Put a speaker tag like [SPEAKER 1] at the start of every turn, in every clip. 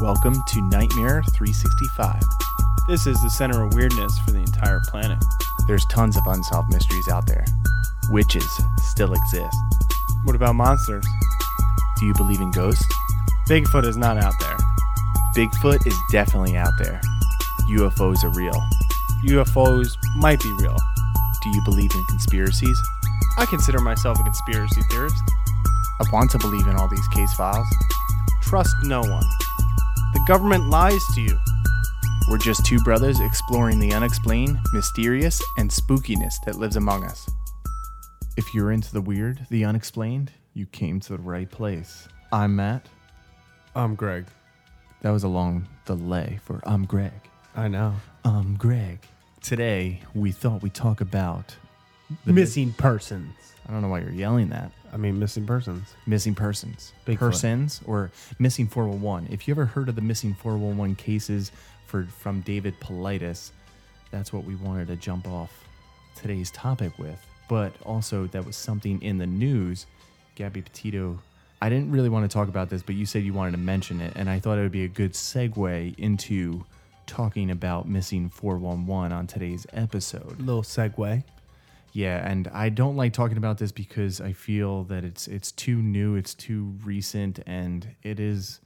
[SPEAKER 1] Welcome to Nightmare 365.
[SPEAKER 2] This is the center of weirdness for the entire planet.
[SPEAKER 1] There's tons of unsolved mysteries out there. Witches still exist.
[SPEAKER 2] What about monsters?
[SPEAKER 1] Do you believe in ghosts?
[SPEAKER 2] Bigfoot is not out there.
[SPEAKER 1] Bigfoot is definitely out there. UFOs are real.
[SPEAKER 2] UFOs might be real.
[SPEAKER 1] Do you believe in conspiracies?
[SPEAKER 2] I consider myself a conspiracy theorist.
[SPEAKER 1] I want to believe in all these case files.
[SPEAKER 2] Trust no one. The government lies to you.
[SPEAKER 1] We're just two brothers exploring the unexplained, mysterious, and spookiness that lives among us. If you're into the weird, the unexplained, you came to the right place. I'm Matt.
[SPEAKER 3] I'm Greg.
[SPEAKER 1] That was a long delay for I'm Greg.
[SPEAKER 3] I know.
[SPEAKER 1] I'm Greg. Today, we thought we'd talk about
[SPEAKER 3] missing persons.
[SPEAKER 1] I don't know why you're yelling that.
[SPEAKER 3] I mean, missing persons.
[SPEAKER 1] Missing persons.
[SPEAKER 3] Bigfoot.
[SPEAKER 1] persons or missing 411. If you ever heard of the missing 411 cases for from David Politis, that's what we wanted to jump off today's topic with. But also that was something in the news. Gabby Petito, I didn't really want to talk about this, but you said you wanted to mention it, and I thought it would be a good segue into talking about missing 411 on today's episode.
[SPEAKER 3] Little segue.
[SPEAKER 1] Yeah, and I don't like talking about this because I feel that it's it's too new, it's too recent, and it is.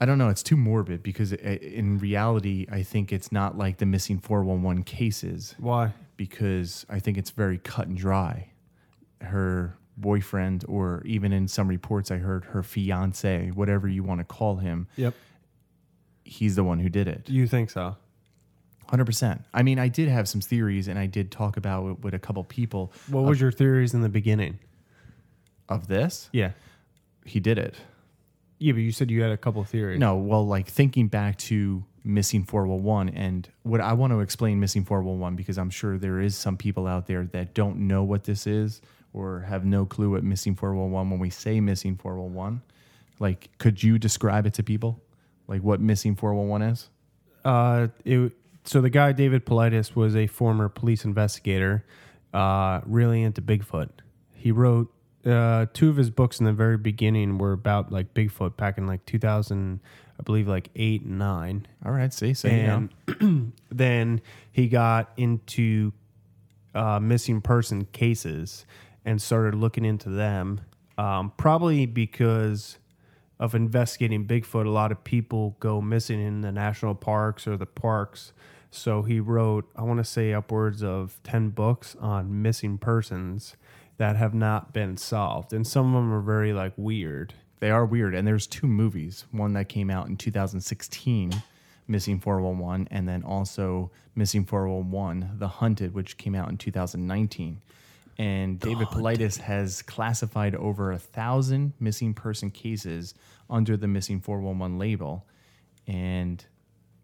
[SPEAKER 1] I don't know. It's too morbid because i in reality, I think it's not like the missing four one one cases
[SPEAKER 3] Why?
[SPEAKER 1] because I think it's very cut and dry. Her boyfriend, or even in some reports I heard, her fiance, whatever you want to call him,
[SPEAKER 3] Yep.
[SPEAKER 1] he's the one who did it.
[SPEAKER 3] You think so?
[SPEAKER 1] Hundred percent. I mean, I did have some theories, and I did talk about it with a couple people
[SPEAKER 3] What was your theories in the beginning?
[SPEAKER 1] of this.
[SPEAKER 3] Yeah.
[SPEAKER 1] He did it.
[SPEAKER 3] Yeah, but you said you had a couple theories.
[SPEAKER 1] No, well, like thinking back to missing 411 and what I want to explain missing 411 because I'm sure there is some people out there that don't know what this is or have no clue what missing 411 when we say missing 411. Like, could you describe it to people? Like what missing 411 is?
[SPEAKER 3] Uh, it, so the guy David Politis was a former police investigator, uh, really into Bigfoot. He wrote uh, two of his books in the very beginning were about like Bigfoot back in like 2000, I believe like eight and nine.
[SPEAKER 1] All right, see, so you know.
[SPEAKER 3] and then he got into uh, missing person cases and started looking into them. Um, probably because of investigating Bigfoot, a lot of people go missing in the national parks or the parks. So he wrote, I want to say, upwards of 10 books on missing persons that have not been solved. And some of them are very like weird.
[SPEAKER 1] They are weird. And there's two movies one that came out in 2016, Missing 411, and then also Missing 411, The Hunted, which came out in 2019. And David Politis has classified over a thousand missing person cases under the Missing 411 label. And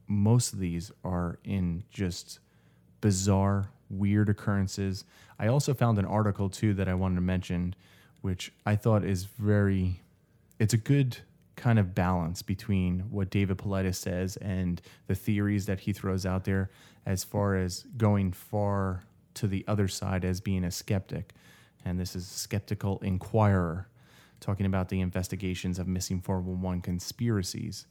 [SPEAKER 1] most of these are in just bizarre, weird occurrences. I also found an article too that I wanted to mention, which I thought is very, it's a good kind of balance between what David Politis says and the theories that he throws out there as far as going far to the other side as being a skeptic. And this is Skeptical Inquirer talking about the investigations of missing 411 conspiracies.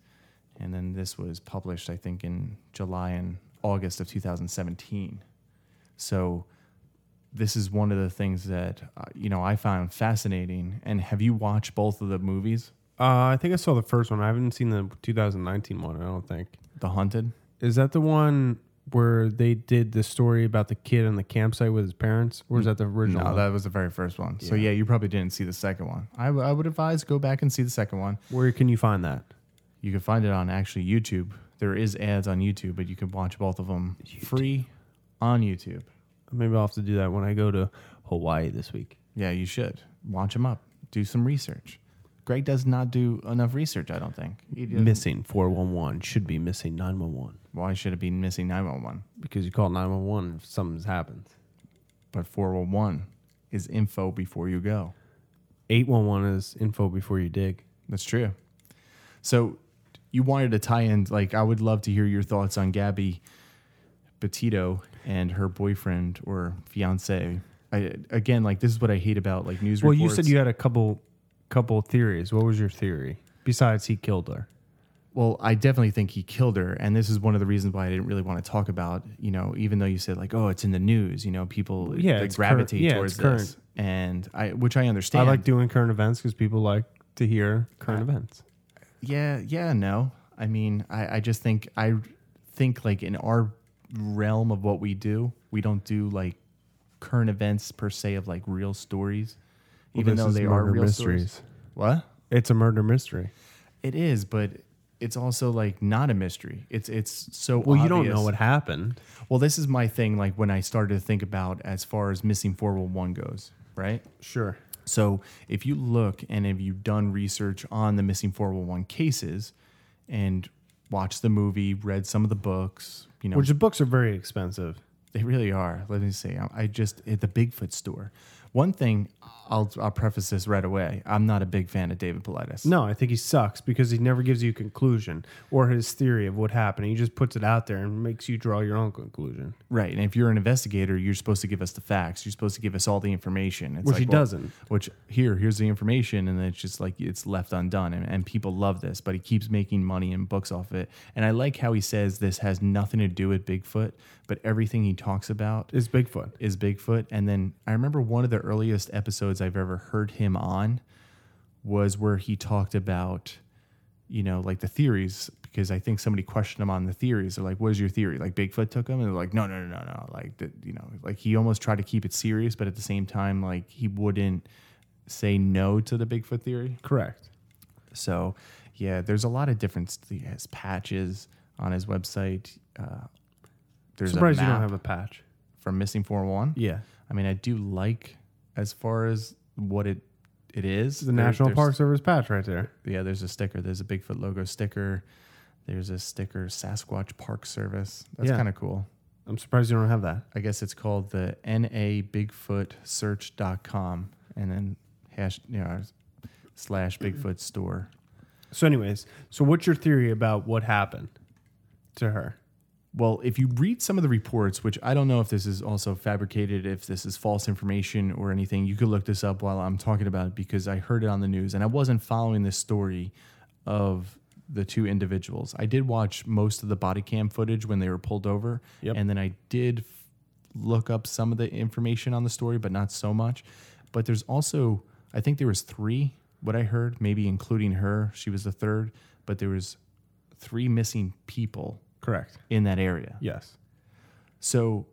[SPEAKER 1] And then this was published, I think, in July and August of 2017. So this is one of the things that uh, you know I found fascinating. And have you watched both of the movies,
[SPEAKER 3] Uh, I think I saw the first one. I haven't seen the 2019 one, I don't think.
[SPEAKER 1] The Hunted?
[SPEAKER 3] Is that the one where they did the story about the kid on the campsite with his parents, or is that the original?
[SPEAKER 1] Mm. No,
[SPEAKER 3] one?
[SPEAKER 1] that was the very first one. So yeah, you probably didn't see the second one. I, w- I would advise go back and see the second one.
[SPEAKER 3] where can you find that?
[SPEAKER 1] You can find it on actually YouTube. There is ads on YouTube, but you can watch both of them free on YouTube.
[SPEAKER 3] Maybe I'll have to do that when I go to Hawaii this week.
[SPEAKER 1] Yeah, you should watch them up. Do some research. Greg does not do enough research. I don't think. He doesn't-
[SPEAKER 3] Missing 411 should be missing 911
[SPEAKER 1] Why should it be missing nine one one?
[SPEAKER 3] because you call 911 if something's happened.
[SPEAKER 1] But four one one is info before you go.
[SPEAKER 3] 811 is info before you dig.
[SPEAKER 1] That's true. So you wanted to tie in, like, I would love to hear your thoughts on Gabby Petito and her boyfriend or fiance. I, again, like, this is what I hate about like news
[SPEAKER 3] Well,
[SPEAKER 1] reports.
[SPEAKER 3] you said you had a couple couple theories. What was your theory besides he killed her?
[SPEAKER 1] Well, I definitely think he killed her, and this is one of the reasons why I didn't really want to talk about. You know, even though you said like, "Oh, it's in the news," you know, people
[SPEAKER 3] Yeah,
[SPEAKER 1] like,
[SPEAKER 3] it's current-
[SPEAKER 1] gravitate
[SPEAKER 3] yeah,
[SPEAKER 1] towards
[SPEAKER 3] it's current.
[SPEAKER 1] this, and I, which I
[SPEAKER 3] I
[SPEAKER 1] understand.
[SPEAKER 3] like doing current events because people like to hear current events.
[SPEAKER 1] Yeah, yeah, no. I mean, I, I just think I think like in our realm of what we do, we don't do like current events per se of like real stories, even
[SPEAKER 3] this
[SPEAKER 1] though
[SPEAKER 3] is
[SPEAKER 1] they are
[SPEAKER 3] murder
[SPEAKER 1] real
[SPEAKER 3] mysteries.
[SPEAKER 1] stories. What?
[SPEAKER 3] It's a murder mystery.
[SPEAKER 1] It is, but it's also like not a mystery. It's it's so
[SPEAKER 3] Well, you don't
[SPEAKER 1] obvious.
[SPEAKER 3] know what happened.
[SPEAKER 1] Well, this is my thing. Like when I started to think about as far as missing four one one goes, right?
[SPEAKER 3] Sure.
[SPEAKER 1] So if you look and if you've done research on the missing 411 cases and watched the movie, read some of the books, you know,
[SPEAKER 3] Which the books are very expensive.
[SPEAKER 1] they really are. Let me say, I- I just at the Bigfoot store. One thing I'll I'll preface this right away. I'm not a big fan of David Politis.
[SPEAKER 3] No, I think he sucks because he never gives you a conclusion or his theory of what happened. He just puts it out there and makes you draw your own conclusion,
[SPEAKER 1] Right. And if you're an investigator, you're supposed to give us the facts. You're supposed to give us all the information. It's
[SPEAKER 3] which
[SPEAKER 1] like,
[SPEAKER 3] he
[SPEAKER 1] well,
[SPEAKER 3] doesn't.
[SPEAKER 1] which here here's the information and then it's just like it's left undone and, and people love this but he keeps making money and books off it and i like how he says this has nothing to do with bigfoot but everything he talks about
[SPEAKER 3] It's Bigfoot.
[SPEAKER 1] is bigfoot and then i remember one of the earliest episodes i've ever heard him on was where he talked about you know like the theories because i think somebody questioned him on the theories they're like what is your theory like bigfoot took him and they're like no no no no no like that you know like he almost tried to keep it serious but at the same time like he wouldn't say no to the bigfoot theory
[SPEAKER 3] Correct.
[SPEAKER 1] so yeah there's a lot of difference he has patches on his website uh there's
[SPEAKER 3] Surprised
[SPEAKER 1] a
[SPEAKER 3] you
[SPEAKER 1] map
[SPEAKER 3] don't have a patch.
[SPEAKER 1] from missing 401
[SPEAKER 3] Yeah.
[SPEAKER 1] I mean, I do like as far as what it it is.
[SPEAKER 3] It's the National
[SPEAKER 1] there's-
[SPEAKER 3] Park Service patch right there.
[SPEAKER 1] Yeah, there's a sticker. There's a Bigfoot logo sticker. There's a sticker Sasquatch Park Service. That's
[SPEAKER 3] Yeah.
[SPEAKER 1] kind of cool.
[SPEAKER 3] I'm surprised you don't have that.
[SPEAKER 1] I guess it's called the nabigfootsearch.com and then hash you know slash Bigfoot store.
[SPEAKER 3] So, anyways, so what's your theory about what happened to her?
[SPEAKER 1] Well, if you read some of the reports, which I don't know if this is also fabricated, if this is false information or anything, you could look this up while I'm talking about it because I heard it on the news and I wasn't following the story of the two individuals. I did watch most of the body cam footage when they were pulled over,
[SPEAKER 3] Yep.
[SPEAKER 1] and then I did f- look up some of the information on the story, but not so much. But there's also, I think there was three. What I heard, maybe including her, she was the third, but there was three missing people
[SPEAKER 3] Correct.
[SPEAKER 1] in that area.
[SPEAKER 3] Yes.
[SPEAKER 1] So,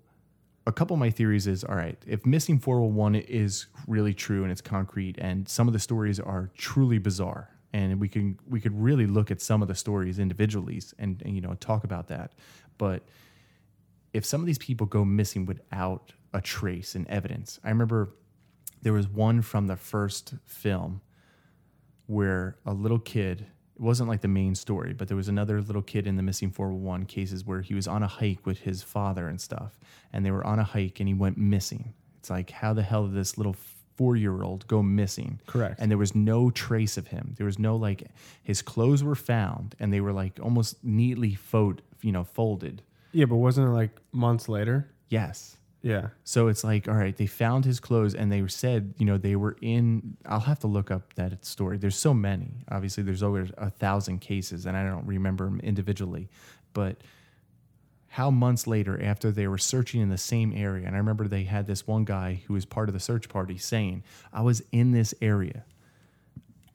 [SPEAKER 1] a couple of my theories is all right, if missing 401 is really true and it's concrete and some of the stories are truly bizarre and we can we could really look at some of the stories individually and, and you know talk about that. But if some of these people go missing without a trace and evidence. I remember there was one from the first film where a little kid it wasn't like the main story but there was another little kid in the missing 401 cases where he was on a hike with his father and stuff and they were on a hike and he went missing it's like how the hell did this little four-year-old go missing
[SPEAKER 3] Correct.
[SPEAKER 1] and there was no trace of him there was no like his clothes were found and they were like almost neatly fold, you know folded
[SPEAKER 3] Yeah, but wasn't it like months later?
[SPEAKER 1] yes
[SPEAKER 3] Yeah.
[SPEAKER 1] so it's like, all right, they found his clothes and they said, you know, they were in. I'll have to look up that story. There's so many. Obviously, there's over a thousand cases, and I don't remember them individually. But how months later, after they were searching in the same area, and I remember they had this one guy who was part of the search party saying, I was in this area.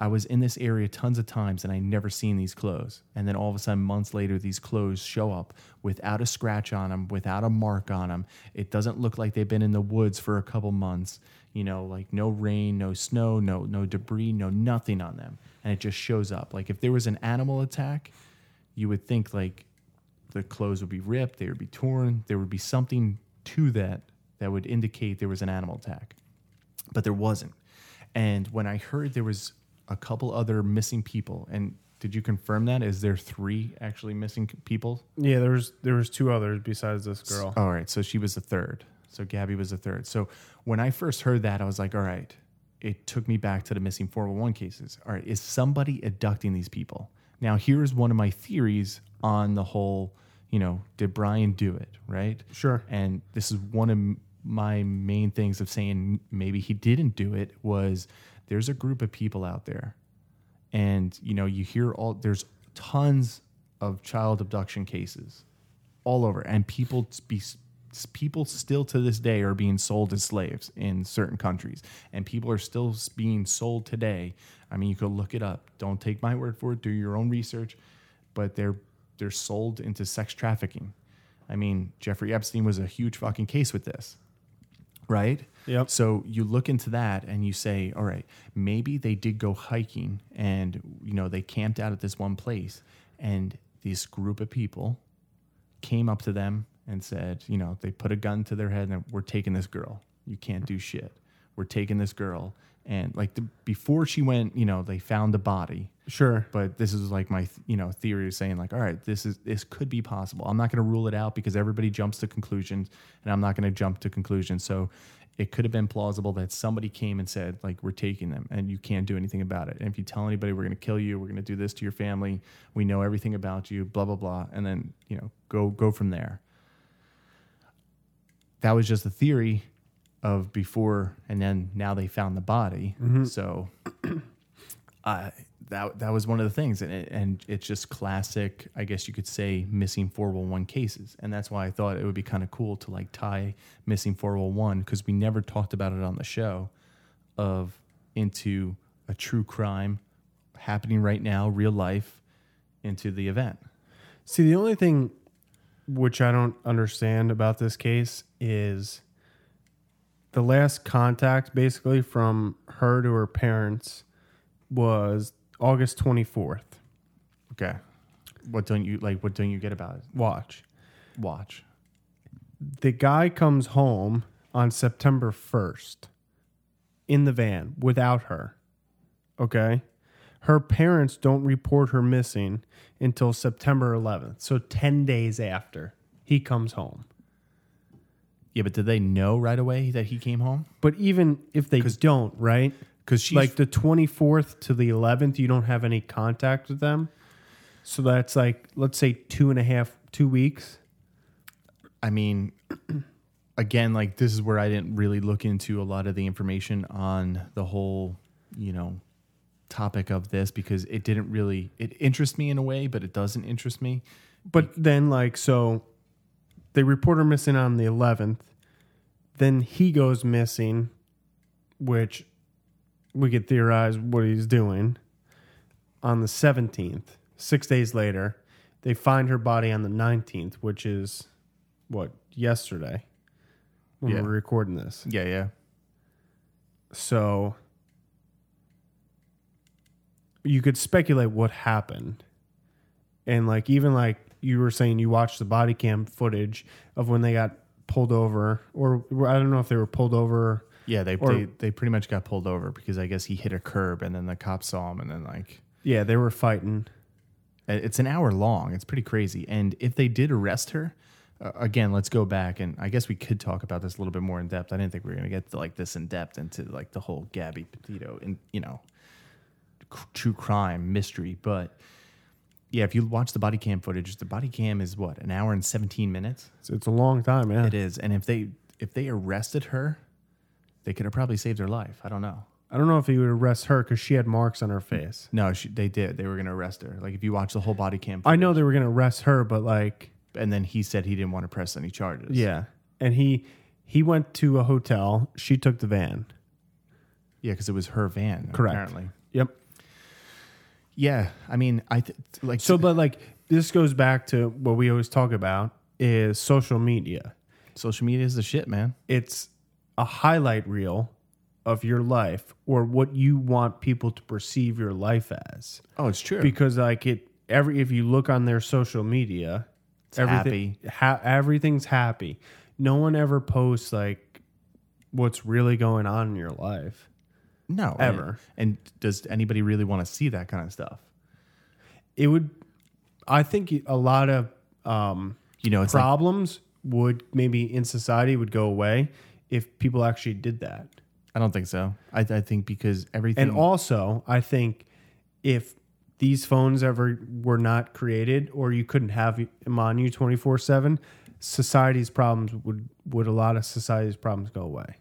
[SPEAKER 1] I was in this area tons of times and I never seen these clothes. And then all of a sudden, months later, these clothes show up without a scratch on them, without a mark on them. It doesn't look like they've been in the woods for a couple months. You know, like no rain, no snow, no no debris, no nothing on them, and it just shows up. Like if there was an animal attack, you would think like the clothes would be ripped, they would be torn, there would be something to that that would indicate there was an animal attack but there wasn't. And when I heard there was a couple other missing people, and did you confirm that? Is there three actually missing c- people?
[SPEAKER 3] Yeah, there was there was two others besides this girl.
[SPEAKER 1] All right, so she was the third. So Gabby was the third. So when I first heard that, I was like, all right, it took me back to the missing 401 cases. All right, is somebody abducting these people? Now, here's one of my theories on the whole, you know, did Brian do it, right?
[SPEAKER 3] Sure.
[SPEAKER 1] And this is one of m- my main things of saying maybe he didn't do it was there's a group of people out there and you know you hear all there's tons of child abduction cases all over, and people s- be s- people still to this day are being sold as slaves in certain countries, and people are still s- being sold today. I mean, you could look it up. Don't take my word for it. Do your own research, but they're they're sold into sex trafficking. I mean, Jeffrey Epstein was a huge fucking case with this right?
[SPEAKER 3] Yep.
[SPEAKER 1] So you look into that and you say, all right, maybe they did go hiking and you know they camped out at this one place and this group of people came up to them and said, you know, they put a gun to their head and we're taking this girl. You can't do shit. We're taking this girl and like the, before she went, you know, they found the body
[SPEAKER 3] Sure.
[SPEAKER 1] but this is like my you know theory of saying like all right this is this could be possible i'm not going to rule it out because everybody jumps to conclusions and i'm not going to jump to conclusions so it could have been plausible that somebody came and said like we're taking them and you can't do anything about it and if you tell anybody we're going to kill you we're going to do this to your family we know everything about you blah blah blah and then you know go go from there that was just a theory of before and then now they found the body so uh, that that was one of the things, and it, and it's just classic. I guess you could say missing four hundred one cases, and that's why I thought it would be kind of cool to like tie missing four hundred one because we never talked about it on the show, of into a true crime happening right now, real life, into the event.
[SPEAKER 3] See, the only thing which I don't understand about this case is the last contact basically from her to her parents was August 24th.
[SPEAKER 1] Okay, what don't you like? What don't you get about it?
[SPEAKER 3] Watch.
[SPEAKER 1] Watch.
[SPEAKER 3] The guy comes home on September 1st in the van without her. Okay. Her parents don't report her missing until September 11th. So 10 days after he comes home.
[SPEAKER 1] Yeah, but did they know right away that he came home?
[SPEAKER 3] But even if they don't, right?
[SPEAKER 1] Because she
[SPEAKER 3] like the 24th to the 11th, you don't have any contact with them. So that's like, let's say two and a half, two weeks.
[SPEAKER 1] I mean, again, like this is where I didn't really look into a lot of the information on the whole, you know, topic of this because it didn't really it interests me in a way, but it doesn't interest me.
[SPEAKER 3] But then, like, so they report her missing on the 11th. Then he goes missing, which we could theorize what he's doing on the 17th. Six days later, they find her body on the 19th, which is what, yesterday when
[SPEAKER 1] Yeah.
[SPEAKER 3] we're recording this.
[SPEAKER 1] Yeah, yeah.
[SPEAKER 3] So you could speculate what happened. And like even like you were saying you watched the body cam footage of when they got pulled over or or I don't know if they were pulled over
[SPEAKER 1] Yeah, they,
[SPEAKER 3] Or-
[SPEAKER 1] they they pretty much got pulled over because I guess he hit a curb and then the cops saw him and then like
[SPEAKER 3] yeah, they were fighting.
[SPEAKER 1] It- Uh, It's an hour long. It's pretty crazy. And if they did arrest her, uh, again, let's go back and I guess we could talk about this a little bit more in depth. I didn't think we were going to get to like this in depth into like the whole Gabby Petito and you know cr- true crime mystery, but yeah, if you watch the body cam footage, the body cam is what an hour and seventeen minutes.
[SPEAKER 3] It's, it's a long time, yeah.
[SPEAKER 1] It is, and if they if they arrested her, they could have probably saved her life. I don't know.
[SPEAKER 3] I don't know if he would arrest her cuz she had marks on her face.
[SPEAKER 1] No, she, they did. They were going to arrest her. Like if you watch the whole body cam,
[SPEAKER 3] I know they were going to arrest her, but like
[SPEAKER 1] and then he said he didn't want to press any charges.
[SPEAKER 3] yeah. And he he went to a hotel, she took the van.
[SPEAKER 1] Yeah, because it was her van.
[SPEAKER 3] Correct.
[SPEAKER 1] Apparently.
[SPEAKER 3] Yep.
[SPEAKER 1] Yeah, I mean, I th- like
[SPEAKER 3] So, but like this goes back to what we always talk about is social media.
[SPEAKER 1] social media is the shit, man.
[SPEAKER 3] It's a highlight reel of your life or what you want people to perceive your life as.
[SPEAKER 1] Oh, it's true.
[SPEAKER 3] Because like it every if you look on their social media, everything ha- everything's happy. No one ever posts like what's really going on in your life.
[SPEAKER 1] no,
[SPEAKER 3] Ever.
[SPEAKER 1] And, and does anybody really want to see that kind of stuff?
[SPEAKER 3] It would I think a lot of um
[SPEAKER 1] You know, it's like,
[SPEAKER 3] problems would maybe in society would go away if people actually did that.
[SPEAKER 1] I don't think so. I, I think because everything.
[SPEAKER 3] And also, I think if these phones ever were not created or you couldn't have them on you 24/7, society's problems would would a lot of society's problems go away.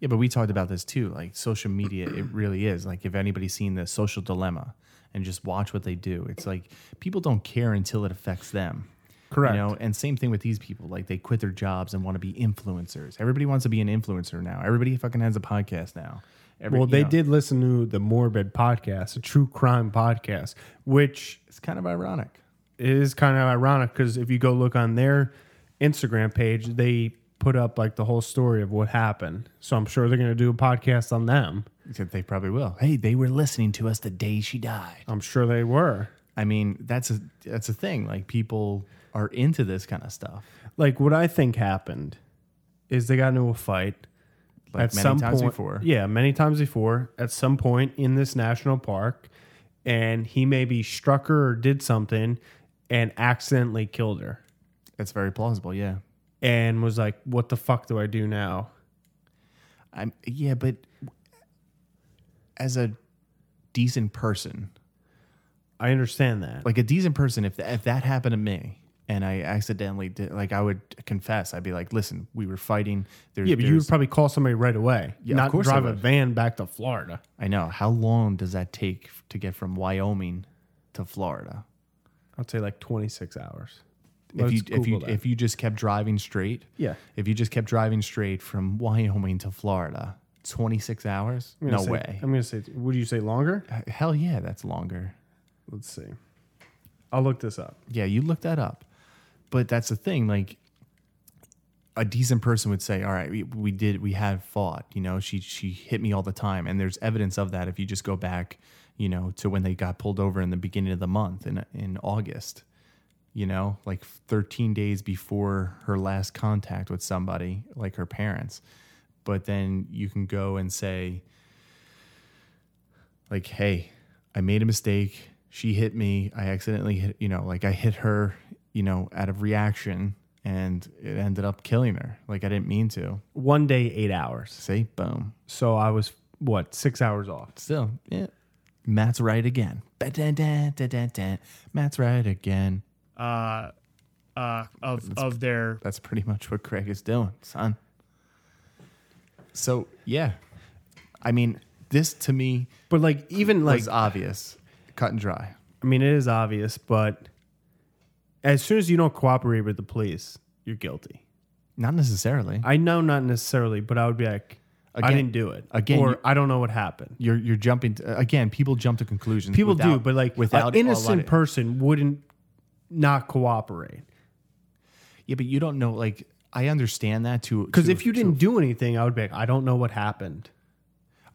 [SPEAKER 1] Yeah, but we talked about this too. Like social media, it really is. Like, if anybody's seen the social dilemma, and just watch what they do. It's like people don't care until it affects them.
[SPEAKER 3] Correct.
[SPEAKER 1] You know, and same thing with these people. Like they quit their jobs and want to be influencers. Everybody wants to be an influencer now. Everybody fucking has a podcast now. Every-
[SPEAKER 3] Well,
[SPEAKER 1] you
[SPEAKER 3] they
[SPEAKER 1] know,
[SPEAKER 3] did listen to the Morbid podcast, a true crime podcast, which
[SPEAKER 1] It's kind of ironic.
[SPEAKER 3] is kind of ironic because if you go look on their Instagram page, they put up like the whole story of what happened. So I'm sure they're going to do a podcast on them.
[SPEAKER 1] Except they probably will. Hey, they were listening to us the day she died.
[SPEAKER 3] I'm sure they were.
[SPEAKER 1] I mean, that's a that's a thing. Like people are into this kind of stuff.
[SPEAKER 3] Like what I think happened is they got into a fight
[SPEAKER 1] Like
[SPEAKER 3] at
[SPEAKER 1] many
[SPEAKER 3] some
[SPEAKER 1] times
[SPEAKER 3] point.
[SPEAKER 1] before.
[SPEAKER 3] Yeah, many times before. At some point in this national park, and he maybe struck her or did something, and accidentally killed her.
[SPEAKER 1] That's very plausible. Yeah.
[SPEAKER 3] and was like, "What the fuck do I do now?"
[SPEAKER 1] I'm yeah, but as a decent person,
[SPEAKER 3] I understand that.
[SPEAKER 1] like a decent person, if if that happened to me and I accidentally did, like I would confess, I'd be like, listen, we were fighting. There's,
[SPEAKER 3] yeah, but you would
[SPEAKER 1] there's-
[SPEAKER 3] probably call somebody right away,
[SPEAKER 1] Yeah, of
[SPEAKER 3] not
[SPEAKER 1] course I
[SPEAKER 3] drive a
[SPEAKER 1] would.
[SPEAKER 3] van back to Florida.
[SPEAKER 1] I know. How long does that take to get from Wyoming to Florida?
[SPEAKER 3] I'd say like twenty six hours.
[SPEAKER 1] If
[SPEAKER 3] Let's
[SPEAKER 1] you if you
[SPEAKER 3] Google that.
[SPEAKER 1] if you just kept driving straight,
[SPEAKER 3] Yeah.
[SPEAKER 1] If you just kept driving straight from Wyoming to Florida, twenty six hours?
[SPEAKER 3] I'm gonna
[SPEAKER 1] No
[SPEAKER 3] say-
[SPEAKER 1] way.
[SPEAKER 3] I'm gonna say, would you say longer?
[SPEAKER 1] Hell yeah, that's longer.
[SPEAKER 3] Let's see. I'll look this up.
[SPEAKER 1] Yeah, you look that up. But that's the thing. Like a decent person would say, "All right, we, we did, we had fought. You know, she she hit me all the time." And there's evidence of that if you just go back, you know, to when they got pulled over in the beginning of the month in in August. You know, like 13 days before her last contact with somebody, like her parents. But then you can go and say, like, hey, I made a mistake. She hit me. I accidentally hit, you know, like I hit her, you know, out of reaction and it ended up killing her. Like I didn't mean to.
[SPEAKER 3] One day, eight hours.
[SPEAKER 1] Say, boom.
[SPEAKER 3] So I was what six hours off.
[SPEAKER 1] Still, yeah. Matt's right again. Ba-da-da-da-da-da. Matt's right again.
[SPEAKER 2] uh, uh, of of their
[SPEAKER 1] That's pretty much what Craig is doing, son. So, yeah. I mean, this to me
[SPEAKER 3] But like, even like,
[SPEAKER 1] was obvious, cut and dry.
[SPEAKER 3] I mean, it is obvious, but as soon as you don't cooperate with the police, you're guilty.
[SPEAKER 1] Not necessarily.
[SPEAKER 3] I know not necessarily, but I would be like, I
[SPEAKER 1] Again-
[SPEAKER 3] didn't do it.
[SPEAKER 1] again,
[SPEAKER 3] or
[SPEAKER 1] you-
[SPEAKER 3] I don't know what happened.
[SPEAKER 1] you're you're jumping to, again. People jump to conclusions.
[SPEAKER 3] People do,
[SPEAKER 1] without-
[SPEAKER 3] but like
[SPEAKER 1] without
[SPEAKER 3] an
[SPEAKER 1] a lot
[SPEAKER 3] innocent
[SPEAKER 1] of-
[SPEAKER 3] person wouldn't not cooperate
[SPEAKER 1] Yeah, but you don't know. Like I understand that too.
[SPEAKER 3] because if you didn't do anything, I would be like, I don't know what happened.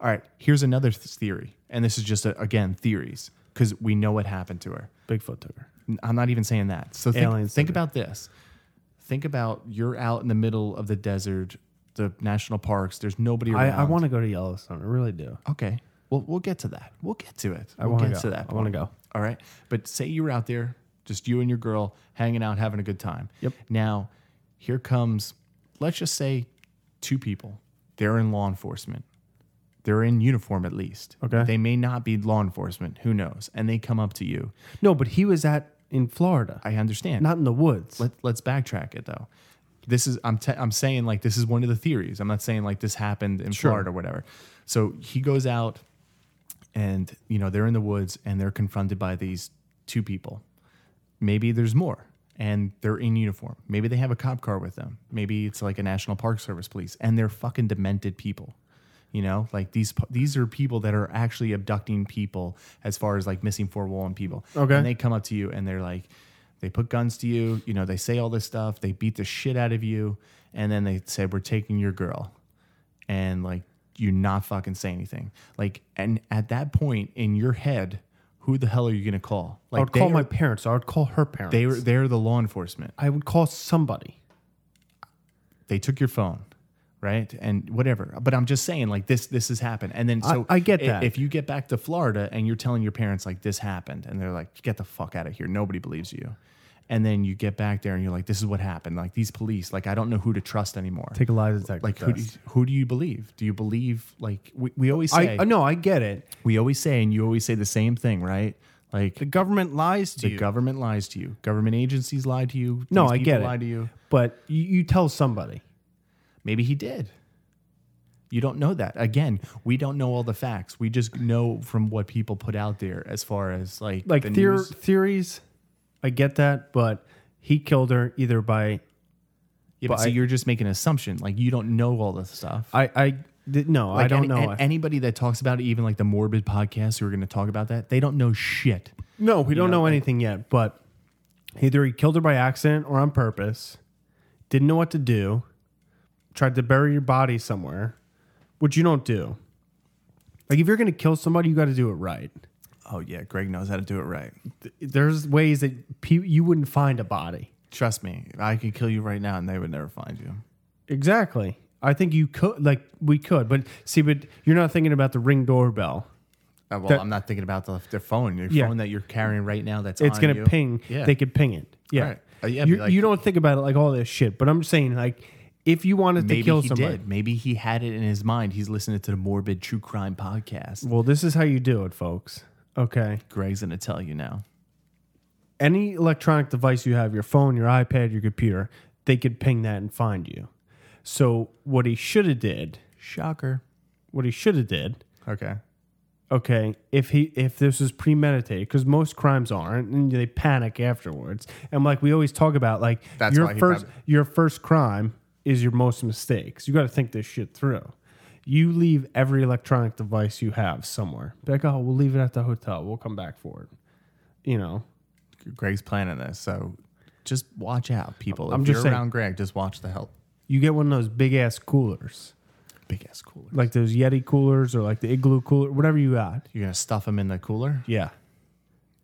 [SPEAKER 1] all right, here's another th- theory, and this is just a, again theories because we know what happened to her.
[SPEAKER 3] Bigfoot took her.
[SPEAKER 1] N- I'm not even saying that. So think,
[SPEAKER 3] Aliens
[SPEAKER 1] think
[SPEAKER 3] did it.
[SPEAKER 1] about this. Think about you're out in the middle of the desert, the national parks. There's nobody
[SPEAKER 3] I,
[SPEAKER 1] around.
[SPEAKER 3] I want to go to Yellowstone. I really do.
[SPEAKER 1] Okay. Well, we'll get to that. We'll get to it.
[SPEAKER 3] I
[SPEAKER 1] we'll
[SPEAKER 3] want
[SPEAKER 1] get
[SPEAKER 3] to
[SPEAKER 1] to
[SPEAKER 3] go.
[SPEAKER 1] that.
[SPEAKER 3] I want to
[SPEAKER 1] point.
[SPEAKER 3] go.
[SPEAKER 1] All right. But say you were out there, just you and your girl, hanging out, having a good time.
[SPEAKER 3] Yep.
[SPEAKER 1] Now, here comes, let's just say two people. They're in law enforcement. They're in uniform at least.
[SPEAKER 3] Okay.
[SPEAKER 1] They may not be law enforcement. Who knows? And they come up to you.
[SPEAKER 3] No, but he was at in Florida,
[SPEAKER 1] I understand.
[SPEAKER 3] not in the woods.
[SPEAKER 1] Let, let's backtrack it though. This is I'm te- I'm saying like this is one of the theories. I'm not saying like this happened in Florida or whatever. So he goes out, and you know they're in the woods and they're confronted by these two people. Maybe there's more, and they're in uniform. Maybe they have a cop car with them. Maybe it's like a National Park Service police, and they're fucking demented people. You know, like these these are people that are actually abducting people as far as like missing 411 people.
[SPEAKER 3] Okay.
[SPEAKER 1] And they come up to you and they're like, they put guns to you, you know, they say all this stuff, they beat the shit out of you, and then they say, We're taking your girl. And like you not fucking say anything. Like and at that point in your head, who the hell are you gonna call? Like
[SPEAKER 3] I would call
[SPEAKER 1] they
[SPEAKER 3] my
[SPEAKER 1] are,
[SPEAKER 3] parents. I would call her parents.
[SPEAKER 1] they were they're the law enforcement.
[SPEAKER 3] I would call somebody.
[SPEAKER 1] They took your phone. Right and whatever, but I'm just saying, like this, this has happened, and then so
[SPEAKER 3] I get
[SPEAKER 1] i-
[SPEAKER 3] that.
[SPEAKER 1] If you get back to Florida and you're telling your parents like this happened, and they're like, "Get the fuck out of here! Nobody believes you," and then you get back there and you're like, "This is what happened. Like these police, like I don't know who to trust anymore.
[SPEAKER 3] Take a lie detector
[SPEAKER 1] like who do, you, who do you believe? Do you believe like we, we always say
[SPEAKER 3] I I- no, I get it.
[SPEAKER 1] we always say and you always say the same thing, right? Like
[SPEAKER 2] the government lies to
[SPEAKER 1] the
[SPEAKER 2] you.
[SPEAKER 1] government lies to you. Government agencies lie to you.
[SPEAKER 3] No,
[SPEAKER 1] These
[SPEAKER 3] I
[SPEAKER 1] people
[SPEAKER 3] get it.
[SPEAKER 1] Lie to you.
[SPEAKER 3] But you, you tell somebody.
[SPEAKER 1] Maybe he did. You don't know that. Again, we don't know all the facts. We just know from what people put out there as far as like
[SPEAKER 3] like
[SPEAKER 1] the
[SPEAKER 3] theor-
[SPEAKER 1] news.
[SPEAKER 3] theories. I get that, but he killed her either by
[SPEAKER 1] Yeah, but
[SPEAKER 3] but
[SPEAKER 1] see,
[SPEAKER 3] I-
[SPEAKER 1] you're just making an assumption. Like you don't know all this stuff.
[SPEAKER 3] I I did, no I
[SPEAKER 1] Like,
[SPEAKER 3] don't
[SPEAKER 1] any-
[SPEAKER 3] know.
[SPEAKER 1] and anybody that talks about it, even like the morbid podcasts who are going to talk about that, they don't know shit.
[SPEAKER 3] no, we don't know, anything yet. But either he killed her by accident or on purpose. Didn't know what to do. Tried to bury your body somewhere, which you don't do. Like if you're gonna kill somebody, you got to do it right.
[SPEAKER 1] Oh yeah, Greg knows how to do it right.
[SPEAKER 3] Th- There's ways that pe- you wouldn't find a body.
[SPEAKER 1] Trust me, I could kill you right now, and they would never find you.
[SPEAKER 3] Exactly. I think you could, like, we could, but see, but you're not thinking about the ring doorbell.
[SPEAKER 1] Uh, well,
[SPEAKER 3] That-
[SPEAKER 1] I'm not thinking about the, the phone, your
[SPEAKER 3] Yeah.
[SPEAKER 1] phone that you're carrying right now. That's
[SPEAKER 3] It's
[SPEAKER 1] on
[SPEAKER 3] going
[SPEAKER 1] you.
[SPEAKER 3] to ping.
[SPEAKER 1] Yeah.
[SPEAKER 3] They could ping it. Yeah.
[SPEAKER 1] Right. Uh, yeah,
[SPEAKER 3] you,
[SPEAKER 1] but, like-
[SPEAKER 3] you don't think about it like all this shit, but I'm just saying, like, if you wanted
[SPEAKER 1] Maybe
[SPEAKER 3] to kill
[SPEAKER 1] he
[SPEAKER 3] somebody,
[SPEAKER 1] did. Maybe he had it in his mind. He's listening to the morbid true crime podcast.
[SPEAKER 3] well, this is how you do it, folks. Okay.
[SPEAKER 1] Greg's gonna tell you now.
[SPEAKER 3] Any electronic device you have, your phone, your iPad, your computer, they could ping that and find you. So what he should have did,
[SPEAKER 1] Shocker.
[SPEAKER 3] what he should have did
[SPEAKER 1] Okay.
[SPEAKER 3] okay if he if this was premeditated because most crimes aren't and they panic afterwards and like we always talk about like
[SPEAKER 1] That's
[SPEAKER 3] your
[SPEAKER 1] why he
[SPEAKER 3] first
[SPEAKER 1] probably-
[SPEAKER 3] your first crime is your most mistakes you got to think this shit through you leave every electronic device you have somewhere Be like oh we'll leave it at the hotel we'll come back for it you know
[SPEAKER 1] Greg's planning this, so just watch out, people.
[SPEAKER 3] I'm
[SPEAKER 1] if
[SPEAKER 3] just
[SPEAKER 1] you're
[SPEAKER 3] saying-
[SPEAKER 1] around Greg, just watch the help.
[SPEAKER 3] you get one of those big ass coolers
[SPEAKER 1] Big ass cooler.
[SPEAKER 3] like those yeti coolers or like the igloo cooler whatever you got
[SPEAKER 1] You're gonna stuff him in the cooler?
[SPEAKER 3] yeah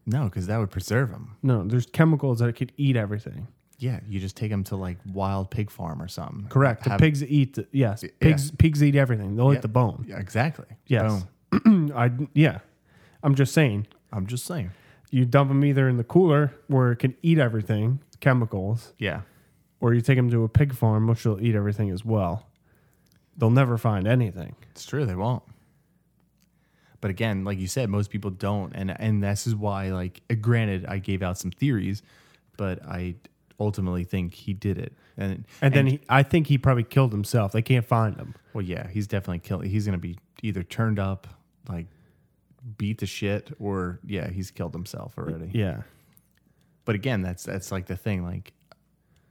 [SPEAKER 1] No, because that would preserve him.
[SPEAKER 3] no there's chemicals that could eat everything
[SPEAKER 1] Yeah, you just take him to like wild pig farm or something.
[SPEAKER 3] Correct. The
[SPEAKER 1] Have-
[SPEAKER 3] pigs eat. The, yes, pigs. Pigs eat everything. They'll eat the bone.
[SPEAKER 1] Yeah, exactly.
[SPEAKER 3] Yes.
[SPEAKER 1] Boom.
[SPEAKER 3] I. Yeah. I'm just saying.
[SPEAKER 1] I'm just saying.
[SPEAKER 3] You dump them either in the cooler where it can eat everything, chemicals,
[SPEAKER 1] Yeah.
[SPEAKER 3] or you take them to a pig farm, which will eat everything as well. They'll never find anything.
[SPEAKER 1] It's true, they won't. But again, like you said, most people don't, and and this is why. Like, uh, granted, I gave out some theories, but I ultimately think he did it. And
[SPEAKER 3] And, then he, I think he probably killed himself. They can't find him.
[SPEAKER 1] well, yeah, he's definitely killing. He's gonna be either turned up, like beat the shit, or yeah, he's killed himself already.
[SPEAKER 3] Yeah.
[SPEAKER 1] But again, that's that's like the thing. Like,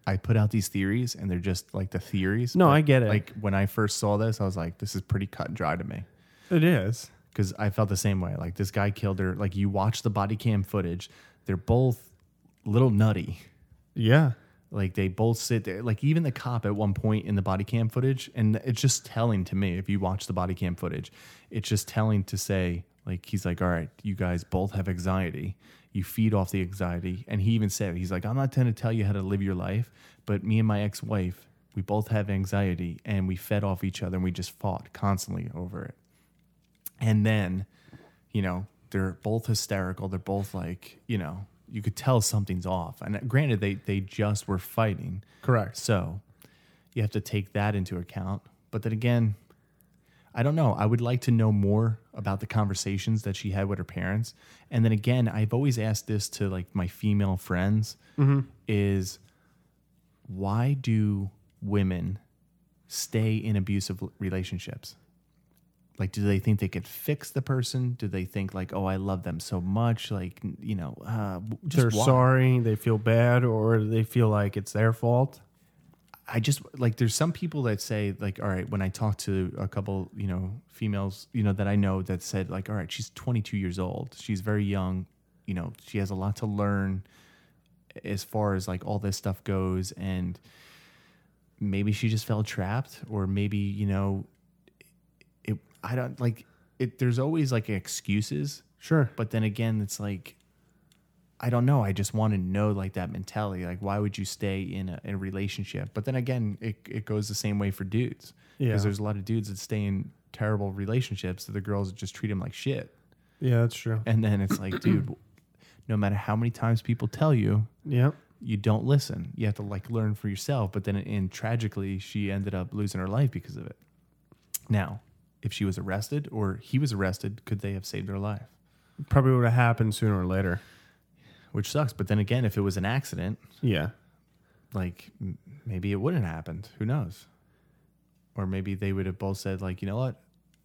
[SPEAKER 1] I put out these theories, and they're just like the theories.
[SPEAKER 3] No,
[SPEAKER 1] but,
[SPEAKER 3] I get it.
[SPEAKER 1] Like when I first saw this, I was like, this is pretty cut and dry to me.
[SPEAKER 3] It is.
[SPEAKER 1] because I felt the same way. Like this guy killed her. Like you watch the body cam footage, they're both a little nutty.
[SPEAKER 3] Yeah.
[SPEAKER 1] Like they both sit there. Like even the cop at one point in the body cam footage, and it's just telling to me if you watch the body cam footage, it's just telling to say like he's like, all right, you guys both have anxiety. You feed off the anxiety, and he even said he's like, I'm not trying to tell you how to live your life, but me and my ex-wife, we both have anxiety, and we fed off each other, and we just fought constantly over it and then you know they're both hysterical they're both like you know you could tell something's off and granted they they just were fighting
[SPEAKER 3] Correct.
[SPEAKER 1] so you have to take that into account but then again i don't know i would like to know more about the conversations that she had with her parents and then again i've always asked this to like my female friends is why do women stay in abusive relationships like, do they think they could fix the person? Do they think like, oh, I love them so much? Like, n- you know, uh, w- just
[SPEAKER 3] They're
[SPEAKER 1] why?
[SPEAKER 3] sorry. They feel bad, or they feel like it's their fault.
[SPEAKER 1] I just like there's some people that say like, all right, when I talk to a couple, you know, females, you know, that I know that said like, all right, she's 22 years old, she's very young, you know, she has a lot to learn as far as like all this stuff goes, and maybe she just felt trapped, or maybe you know, it. I don't like it. There's always like excuses
[SPEAKER 3] Sure.
[SPEAKER 1] But then again, it's like, I don't know. I just want to know like that mentality. Like, why would you stay in a, in a relationship? But then again, it, it goes the same way for dudes. Because
[SPEAKER 3] Yeah.
[SPEAKER 1] there's a lot of dudes that stay in terrible relationships that the girls just treat them like shit.
[SPEAKER 3] Yeah, that's true.
[SPEAKER 1] And then it's like, dude, no matter how many times people tell you,
[SPEAKER 3] Yeah.
[SPEAKER 1] you don't listen. You have to like learn for yourself. But then, and tragically, she ended up losing her life because of it. Now, if she was arrested or he was arrested, could they have saved her life?
[SPEAKER 3] Probably would have happened sooner or later.
[SPEAKER 1] which sucks. But then again, if it was an accident,
[SPEAKER 3] Yeah.
[SPEAKER 1] like m- maybe it wouldn't have happened. Who knows? or maybe they would have both said like, you know what,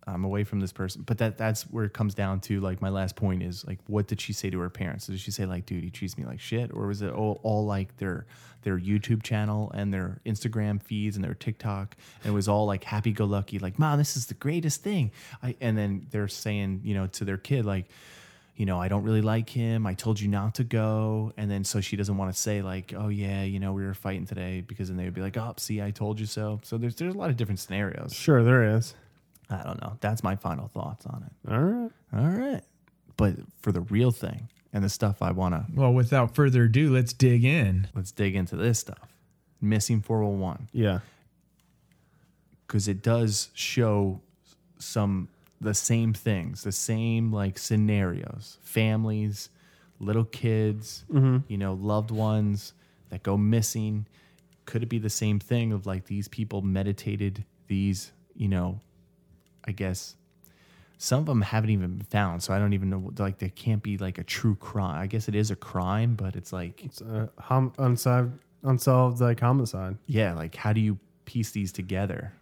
[SPEAKER 1] I'm away from this person. But that that's where it comes down to like my last point is like, what did she say to her parents? Did she say like, dude, he treats me like shit, or was it all, all like their their YouTube channel and their Instagram feeds and their TikTok, and it was all like happy go lucky, like, mom, this is the greatest thing. I and then they're saying you know to their kid like you know, I don't really like him. I told you not to go. And then so she doesn't want to say like, oh yeah, you know, we were fighting today because then they would be like, oh, see, I told you so. So there's there's a lot of different scenarios.
[SPEAKER 3] Sure, there is.
[SPEAKER 1] I don't know. That's my final thoughts on it.
[SPEAKER 3] All right.
[SPEAKER 1] All right. But for the real thing and the stuff I wanna
[SPEAKER 4] Well, without further ado, let's dig in.
[SPEAKER 1] let's dig into this stuff. Missing 401.
[SPEAKER 3] Yeah.
[SPEAKER 1] because it does show some the same things, the same like scenarios, families, little kids, you know, loved ones that go missing. Could it be the same thing of like these people meditated these, you know, I guess some of them haven't even been found, so I don't even know. Like, they can't be like a true crime. I guess it is a crime, but it's like,
[SPEAKER 3] It's uh, hom- unsolved, unsolved like homicide.
[SPEAKER 1] yeah, like how do you piece these together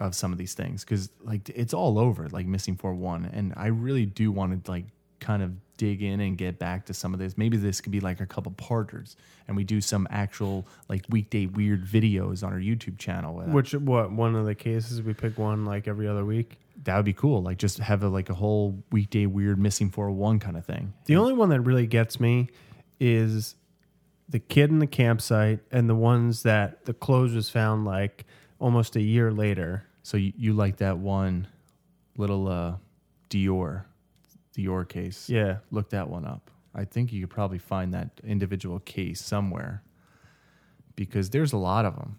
[SPEAKER 1] of some of these things? Because like it's all over, like missing for one, and I really do want to like kind of dig in and get back to some of this. Maybe this could be like a couple parters, and we do some actual like weekday weird videos on our YouTube channel. with that.
[SPEAKER 3] Which what one of the cases we pick one like every other week.
[SPEAKER 1] that would be cool. Like just have a, like a whole weekday weird missing for one kind of thing.
[SPEAKER 3] The only one that really gets me is the kid in the campsite and the ones that the clothes was found like almost a year later.
[SPEAKER 1] So you, you like that one little uh Dior Dior case?
[SPEAKER 3] Yeah.
[SPEAKER 1] look that one up. I think you could probably find that individual case somewhere because there's a lot of them.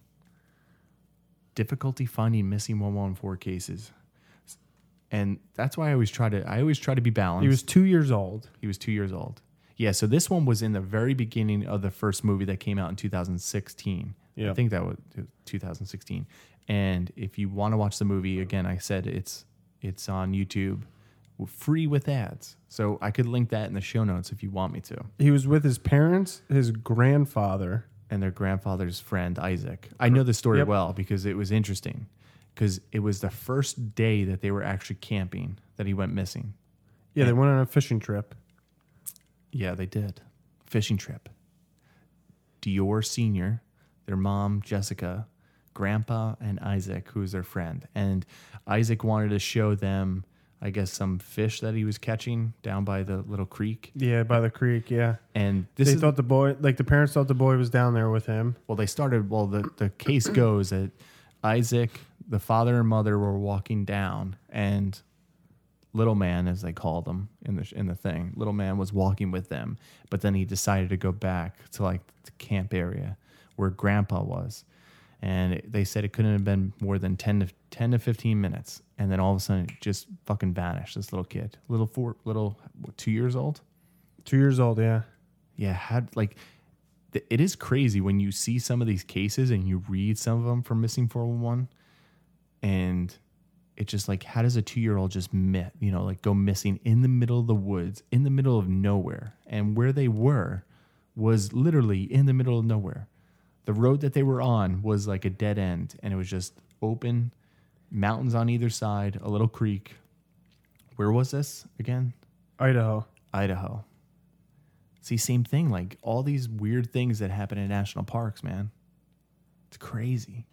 [SPEAKER 1] Difficulty finding missing 114 cases. And that's why I always try to I always try to be balanced.
[SPEAKER 3] He was two years old.
[SPEAKER 1] He was two years old. Yeah, so this one was in the very beginning of the first movie that came out in 2016.
[SPEAKER 3] Yeah.
[SPEAKER 1] I think that was 2016. And if you want to watch the movie again, I said it's it's on YouTube, free with ads. So I could link that in the show notes if you want me to.
[SPEAKER 3] He was with his parents, his grandfather.
[SPEAKER 1] And their grandfather's friend Isaac. I know the story
[SPEAKER 3] Yep.
[SPEAKER 1] well because it was interesting. Because it was the first day that they were actually camping that he went missing.
[SPEAKER 3] Yeah, they went on a fishing trip.
[SPEAKER 1] Yeah, they did. Fishing trip. Dior Sr., their mom, Jessica, grandpa, and Isaac, who is their friend. And Isaac wanted to show them, I guess, some fish that he was catching down by the little creek.
[SPEAKER 3] Yeah, by the creek. Yeah,
[SPEAKER 1] And this
[SPEAKER 3] they
[SPEAKER 1] is
[SPEAKER 3] thought the boy, like the parents thought the boy was down there with him.
[SPEAKER 1] well, they started. Well, the, the case goes that Isaac, the father and mother, were walking down, and little man, as they called him in the in the thing, little man was walking with them. But then he decided to go back to like the camp area where Grandpa was, and it- they said it couldn't have been more than ten to ten to fifteen minutes. And then all of a sudden, it just fucking vanished. This little kid, little four, little what, two years old
[SPEAKER 3] Two years old. Yeah,
[SPEAKER 1] yeah how like th- it is crazy when you see some of these cases and you read some of them from missing 411 and it's just like how does a two-year-old just mi- you know like go missing in the middle of the woods in the middle of nowhere and where they were was literally in the middle of nowhere the road that they were on was like a dead end and it was just open mountains on either side a little creek where was this again
[SPEAKER 3] Idaho.
[SPEAKER 1] Idaho. See, same thing. Like all these weird things that happen in national parks, man. It's crazy.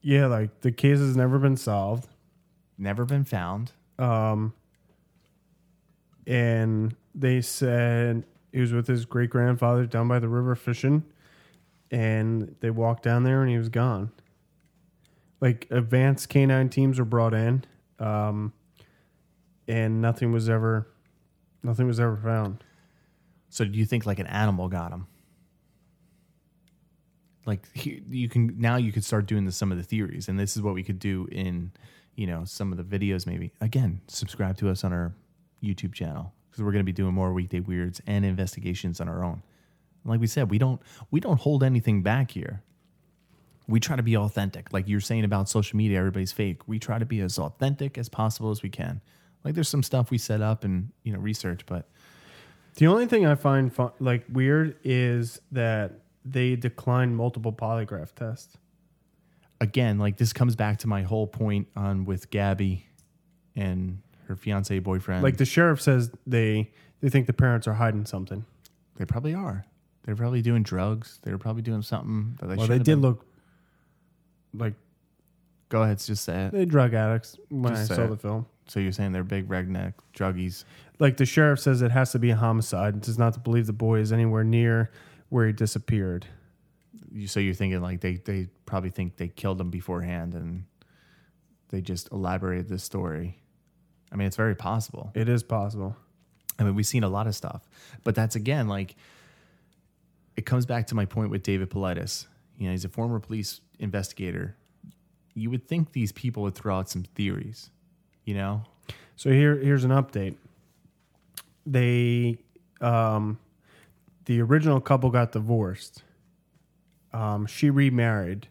[SPEAKER 3] Yeah, like the case has never been solved.
[SPEAKER 1] Never been found.
[SPEAKER 3] um, and they said he was with his great grandfather down by the river fishing, and they walked down there and he was gone. Like advanced canine teams were brought in, um, and nothing was ever, nothing was ever found.
[SPEAKER 1] So, do you think like an animal got him? Like he, you can now, you could start doing this, some of the theories, and this is what we could do in, you know, some of the videos. Maybe again, subscribe to us on our YouTube channel because we're going to be doing more weekday weirds and investigations on our own. Like we said, we don't we don't hold anything back here. we try to be authentic. Like you're saying about social media, everybody's fake. We try to be as authentic as possible as we can. Like there's some stuff we set up and you know research, but
[SPEAKER 3] The only thing I find fun, like weird is that they declined multiple polygraph tests.
[SPEAKER 1] again, like this comes back to my whole point on with Gabby and her fiance boyfriend.
[SPEAKER 3] Like the sheriff says they they think the parents are hiding something.
[SPEAKER 1] they probably are. They're probably doing drugs. They're probably doing something that they
[SPEAKER 3] Well,
[SPEAKER 1] should
[SPEAKER 3] they
[SPEAKER 1] have
[SPEAKER 3] did
[SPEAKER 1] been-
[SPEAKER 3] look like
[SPEAKER 1] Go ahead, just say it.
[SPEAKER 3] they drug addicts when
[SPEAKER 1] Just
[SPEAKER 3] I
[SPEAKER 1] say
[SPEAKER 3] saw
[SPEAKER 1] it.
[SPEAKER 3] the film.
[SPEAKER 1] So you're saying they're big redneck druggies?
[SPEAKER 3] Like the sheriff says it has to be a homicide. It is not to believe the boy is anywhere near where he disappeared.
[SPEAKER 1] You, so you're thinking like they they probably think they killed him beforehand and they just elaborated this story. I mean, it's very possible.
[SPEAKER 3] It is possible.
[SPEAKER 1] I mean, we've seen a lot of stuff, but that's again like it comes back to my point with David Politis. You know, he's a former police investigator. You would think these people would throw out some theories, you know?
[SPEAKER 3] So here, here's an update. They, um, the original couple got divorced. Um, she remarried,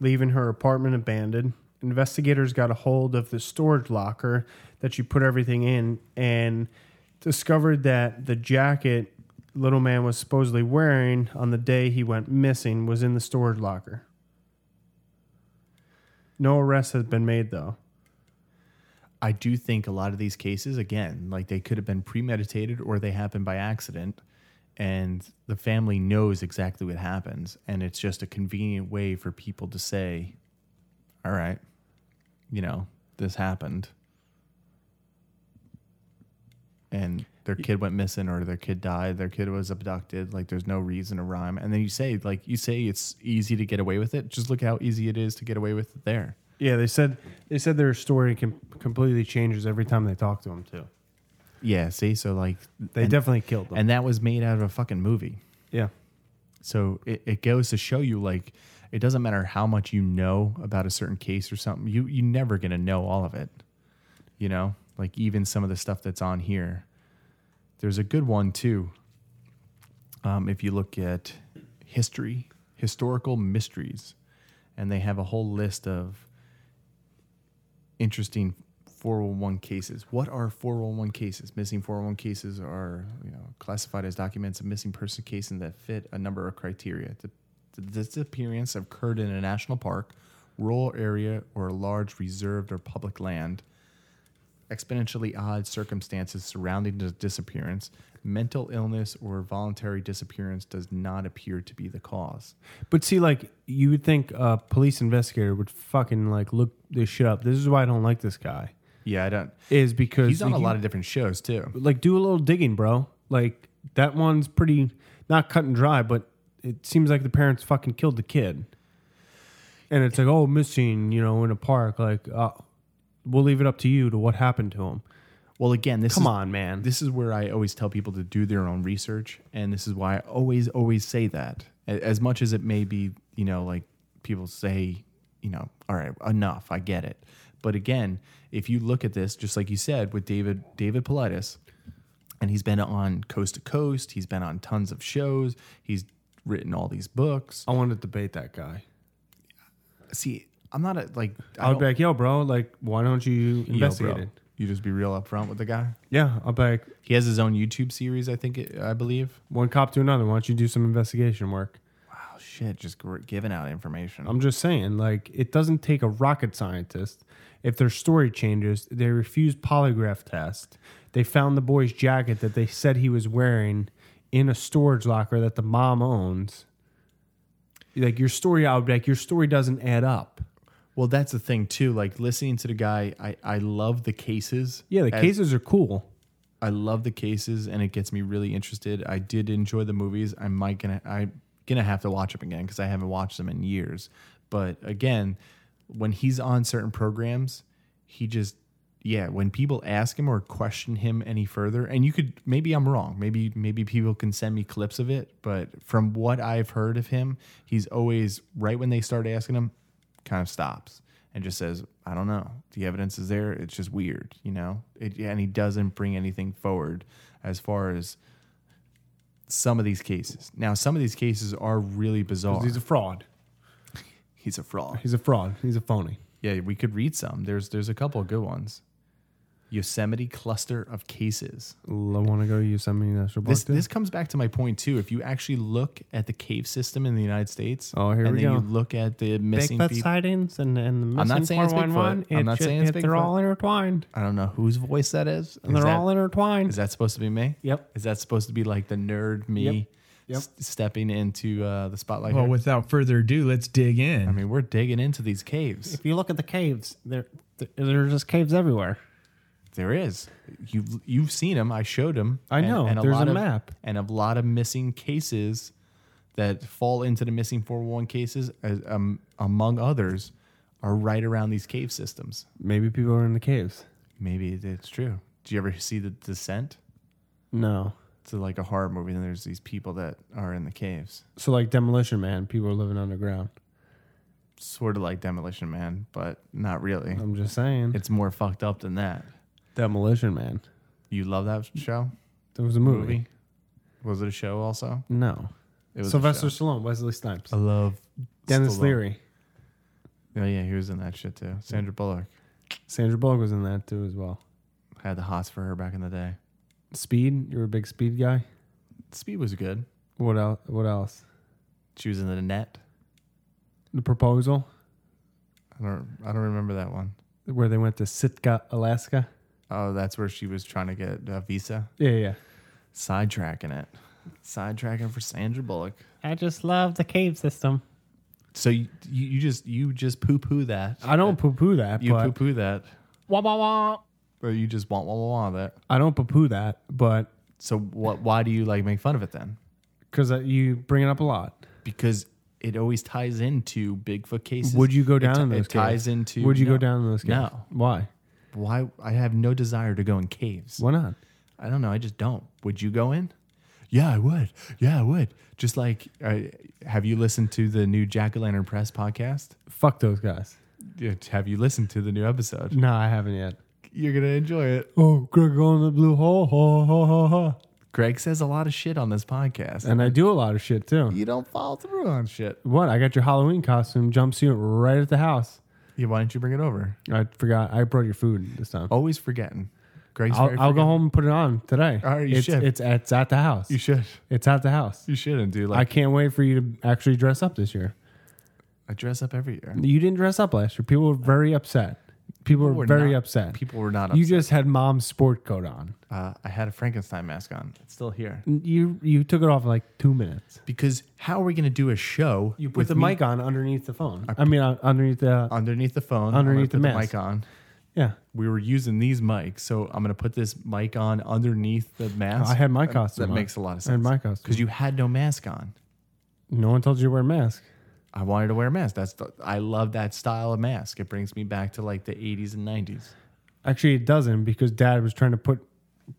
[SPEAKER 3] leaving her apartment abandoned. Investigators got a hold of the storage locker that she put everything in and discovered that the jacket little man was supposedly wearing on the day he went missing was in the storage locker. No arrest has been made though.
[SPEAKER 1] I do think a lot of these cases, again, like they could have been premeditated or they happened by accident, and the family knows exactly what happens. And it's just a convenient way for people to say, all right, you know, this happened. And their kid went missing or their kid died, their kid was abducted. Like there's no reason to rhyme. And then you say, like, you say it's easy to get away with it. Just look how easy it is to get away with it there.
[SPEAKER 3] Yeah, they said they said their story com- completely changes every time they talk to him too.
[SPEAKER 1] Yeah, see? So, like,
[SPEAKER 3] They
[SPEAKER 1] and-
[SPEAKER 3] definitely killed them.
[SPEAKER 1] and that was made out of a fucking movie.
[SPEAKER 3] yeah,
[SPEAKER 1] So it, it goes to show you like it doesn't matter how much you know about a certain case or something, you you never gonna know all of it. You know? Like even some of the stuff that's on here. There's a good one too. Um, if you look at history, historical mysteries, and they have a whole list of interesting 401 cases. What are 401 cases? Missing 401 cases are you know classified as documents of missing person cases that fit a number of criteria. The, the disappearance occurred in a national park, rural area, or a large reserved or public land. Exponentially odd circumstances surrounding the disappearance, mental illness, or voluntary disappearance does not appear to be the cause.
[SPEAKER 3] but see, like you would think a police investigator would fucking like look this shit up. This is why I don't like this guy.
[SPEAKER 1] Yeah, I don't.
[SPEAKER 3] Is because
[SPEAKER 1] He's on a
[SPEAKER 3] like,
[SPEAKER 1] lot of different shows too.
[SPEAKER 3] you- like do a little digging, bro. Like that one's pretty not cut and dry, but it seems like the parents fucking killed the kid. And it's like, oh, missing, you know, in a park. Like, uh, we'll leave it up to you to what happened to him.
[SPEAKER 1] Well, again, this
[SPEAKER 3] Come
[SPEAKER 1] is,
[SPEAKER 3] on, man.
[SPEAKER 1] This is where I always tell people to do their own research, and this is why I always, always say that. A- As much as it may be, you know, like people say, you know, all right, enough, I get it. But again, if you look at this, just like you said with David David Politis, and he's been on coast to coast, he's been on tons of shows, he's written all these books.
[SPEAKER 3] I want to debate that guy.
[SPEAKER 1] See, I'm not a like I
[SPEAKER 3] I'll
[SPEAKER 1] don't-
[SPEAKER 3] be like, yo, bro, like, why don't you
[SPEAKER 1] Yo, bro,
[SPEAKER 3] investigate it?
[SPEAKER 1] You just be real upfront with the guy.
[SPEAKER 3] Yeah, I'll be like,
[SPEAKER 1] He has his own YouTube series, I think. It, I believe.
[SPEAKER 3] one cop to another. Why don't you do some investigation work?
[SPEAKER 1] Oh shit! Just gr- giving out information.
[SPEAKER 3] I'm just saying, like, it doesn't take a rocket scientist. If their story changes, they refuse polygraph test. They found the boy's jacket that they said he was wearing in a storage locker that the mom owns. Like your story, I would be like, your story doesn't add up.
[SPEAKER 1] Well, that's the thing too. Like listening to the guy, I I love the cases.
[SPEAKER 3] Yeah, the
[SPEAKER 1] As-
[SPEAKER 3] cases are cool.
[SPEAKER 1] I love the cases, and it gets me really interested. I did enjoy the movies. I might gonna I gonna have to watch them again because I haven't watched them in years. But again, when he's on certain programs, he just yeah. When people ask him or question him any further, and you could maybe I'm wrong. Maybe maybe people can send me clips of it. But from what I've heard of him, he's always right when they start asking him, kind of stops and just says, I don't know. The evidence is there. It's just weird, you know? It, and he doesn't bring anything forward as far as some of these cases. Now, some of these cases are really bizarre.
[SPEAKER 3] He's a fraud.
[SPEAKER 1] He's a fraud.
[SPEAKER 3] He's a fraud. He's a phony.
[SPEAKER 1] Yeah, we could read some. There's there's a couple of good ones. Yosemite cluster of cases.
[SPEAKER 3] I want to go to Yosemite National Park.
[SPEAKER 1] This
[SPEAKER 3] too.
[SPEAKER 1] this comes back to my point too. If you actually look at the cave system in the United States,
[SPEAKER 3] Oh, here
[SPEAKER 1] and
[SPEAKER 3] we
[SPEAKER 1] then
[SPEAKER 3] go.
[SPEAKER 1] you look at the missing
[SPEAKER 3] Bigfoot
[SPEAKER 1] people.
[SPEAKER 3] sightings and, and the
[SPEAKER 1] I'm
[SPEAKER 3] missing
[SPEAKER 1] not saying it's
[SPEAKER 3] 411,
[SPEAKER 1] Bigfoot. I'm
[SPEAKER 3] it
[SPEAKER 1] not
[SPEAKER 3] should-
[SPEAKER 1] saying it's
[SPEAKER 3] it- They're
[SPEAKER 1] Bigfoot.
[SPEAKER 3] all intertwined.
[SPEAKER 1] I don't know whose voice that is.
[SPEAKER 3] And
[SPEAKER 1] Is
[SPEAKER 3] they're
[SPEAKER 1] that-
[SPEAKER 3] all intertwined.
[SPEAKER 1] Is that supposed to be me?
[SPEAKER 3] Yep.
[SPEAKER 1] Is that supposed to be like the nerd me
[SPEAKER 3] Yep. Yep.
[SPEAKER 1] s- stepping into uh, the spotlight?
[SPEAKER 4] Well,
[SPEAKER 1] here?
[SPEAKER 4] without further ado, let's dig in.
[SPEAKER 1] I mean, we're digging into these caves.
[SPEAKER 3] if you look at the caves, there there- there are just caves everywhere.
[SPEAKER 1] There is. You've you've seen them. I showed them.
[SPEAKER 3] I know. There's
[SPEAKER 1] lot
[SPEAKER 3] a
[SPEAKER 1] of-
[SPEAKER 3] map.
[SPEAKER 1] and a lot of missing cases that fall into the missing 401 cases, as, um, among others, are right around these cave systems.
[SPEAKER 3] Maybe people are in the caves.
[SPEAKER 1] Maybe it- it's true. Do you ever see the descent?
[SPEAKER 3] No.
[SPEAKER 1] It's like a horror movie, and there's these people that are in the caves,
[SPEAKER 3] So like Demolition Man, people are living underground.
[SPEAKER 1] sort of like Demolition Man, but not really.
[SPEAKER 3] I'm just saying.
[SPEAKER 1] It's more fucked up than that.
[SPEAKER 3] Demolition Man.
[SPEAKER 1] You love that show?
[SPEAKER 3] There was a movie.
[SPEAKER 1] Movie? Was it a show also?
[SPEAKER 3] No.
[SPEAKER 1] It was a
[SPEAKER 3] Sylvester
[SPEAKER 1] show.
[SPEAKER 3] Stallone, Wesley Snipes,
[SPEAKER 1] I love
[SPEAKER 3] Dennis
[SPEAKER 1] Stallone.
[SPEAKER 3] Leary,
[SPEAKER 1] Oh yeah, he was in that shit too. Sandra Bullock
[SPEAKER 3] Sandra Bullock was in that too as well.
[SPEAKER 1] had the hots for her back in the day.
[SPEAKER 3] Speed. You're a big Speed guy.
[SPEAKER 1] Speed was good.
[SPEAKER 3] What else? What else?
[SPEAKER 1] She was in the net.
[SPEAKER 3] The Proposal,
[SPEAKER 1] I don't. I don't remember that one.
[SPEAKER 3] where they went to Sitka, Alaska.
[SPEAKER 1] Oh, that's where she was trying to get a visa.
[SPEAKER 3] Yeah, yeah.
[SPEAKER 1] Sidetracking it. Sidetracking for Sandra Bullock.
[SPEAKER 3] I just love the cave system.
[SPEAKER 1] So you you, you just you just poo poo that.
[SPEAKER 3] I don't poo poo that.
[SPEAKER 1] You
[SPEAKER 3] but
[SPEAKER 1] poo poo that.
[SPEAKER 3] Wah, wah, wah.
[SPEAKER 1] Or you just want wah wah wah that.
[SPEAKER 3] I don't poo poo that, but
[SPEAKER 1] So what? Why do you like make fun of it then?
[SPEAKER 3] because uh, you bring it up a lot.
[SPEAKER 1] Because it always ties into Bigfoot cases.
[SPEAKER 3] Would you go
[SPEAKER 1] It
[SPEAKER 3] down
[SPEAKER 1] ti-
[SPEAKER 3] in those
[SPEAKER 1] It ties
[SPEAKER 3] caves?
[SPEAKER 1] into.
[SPEAKER 3] Would you go
[SPEAKER 1] No.
[SPEAKER 3] down in those caves?
[SPEAKER 1] No.
[SPEAKER 3] Why?
[SPEAKER 1] Why? I have no desire to go in caves.
[SPEAKER 3] Why not?
[SPEAKER 1] I don't know. I just don't. Would you go in? Yeah, I would. Yeah, I would. Just like, uh, have you listened to the new Jack O' Lantern Press podcast?
[SPEAKER 3] Fuck those guys.
[SPEAKER 1] Yeah, Have you listened to the new episode?
[SPEAKER 3] No, I haven't yet.
[SPEAKER 1] You're going to enjoy it.
[SPEAKER 3] Oh, Greg going the blue hole. Ha, ha, ha, ha.
[SPEAKER 1] Greg says a lot of shit on this podcast.
[SPEAKER 3] And I do a lot of shit too.
[SPEAKER 1] Uh, you don't follow through on shit.
[SPEAKER 3] What? I got your Halloween costume jumpsuit right at the house.
[SPEAKER 1] Yeah, why don't you bring it over?
[SPEAKER 3] I forgot. I brought your food this time.
[SPEAKER 1] Always forgetting. Greg's Oh, very
[SPEAKER 3] I'll, I'll go
[SPEAKER 1] forgetful.
[SPEAKER 3] home and put it on today.
[SPEAKER 1] All right, you
[SPEAKER 3] it's,
[SPEAKER 1] should.
[SPEAKER 3] It's, it's at the house.
[SPEAKER 1] You should.
[SPEAKER 3] It's at the house.
[SPEAKER 1] You shouldn't do
[SPEAKER 3] I
[SPEAKER 1] like
[SPEAKER 3] can't wait for you to actually dress up this year.
[SPEAKER 1] I, dress up every year.
[SPEAKER 3] You didn't dress up last year. People were very upset. People were,
[SPEAKER 1] were
[SPEAKER 3] very
[SPEAKER 1] not-
[SPEAKER 3] upset.
[SPEAKER 1] People were not.
[SPEAKER 3] You
[SPEAKER 1] upset.
[SPEAKER 3] just had mom's sport coat on.
[SPEAKER 1] uh, I had a Frankenstein mask on. It's still here.
[SPEAKER 3] You you took it off in like two minutes.
[SPEAKER 1] Because how are we going to do a show
[SPEAKER 3] You put
[SPEAKER 1] with
[SPEAKER 3] the
[SPEAKER 1] me
[SPEAKER 3] mic on underneath the phone. I, mean, uh, underneath the
[SPEAKER 1] underneath the phone? I'm
[SPEAKER 3] Underneath
[SPEAKER 1] gonna
[SPEAKER 3] the
[SPEAKER 1] put
[SPEAKER 3] mask.
[SPEAKER 1] mic on.
[SPEAKER 3] yeah.
[SPEAKER 1] we were using these mics, so I'm gonna put this mic on underneath the mask.
[SPEAKER 3] I had my costume.
[SPEAKER 1] that
[SPEAKER 3] on.
[SPEAKER 1] makes a lot of
[SPEAKER 3] I
[SPEAKER 1] sense.
[SPEAKER 3] had my costume.
[SPEAKER 1] because you had no mask on.
[SPEAKER 3] no one told you to wear a mask.
[SPEAKER 1] I wanted to wear a mask. That's the, I love that style of mask. It brings me back to like the 80s and 90s.
[SPEAKER 3] Actually, it doesn't because dad was trying to put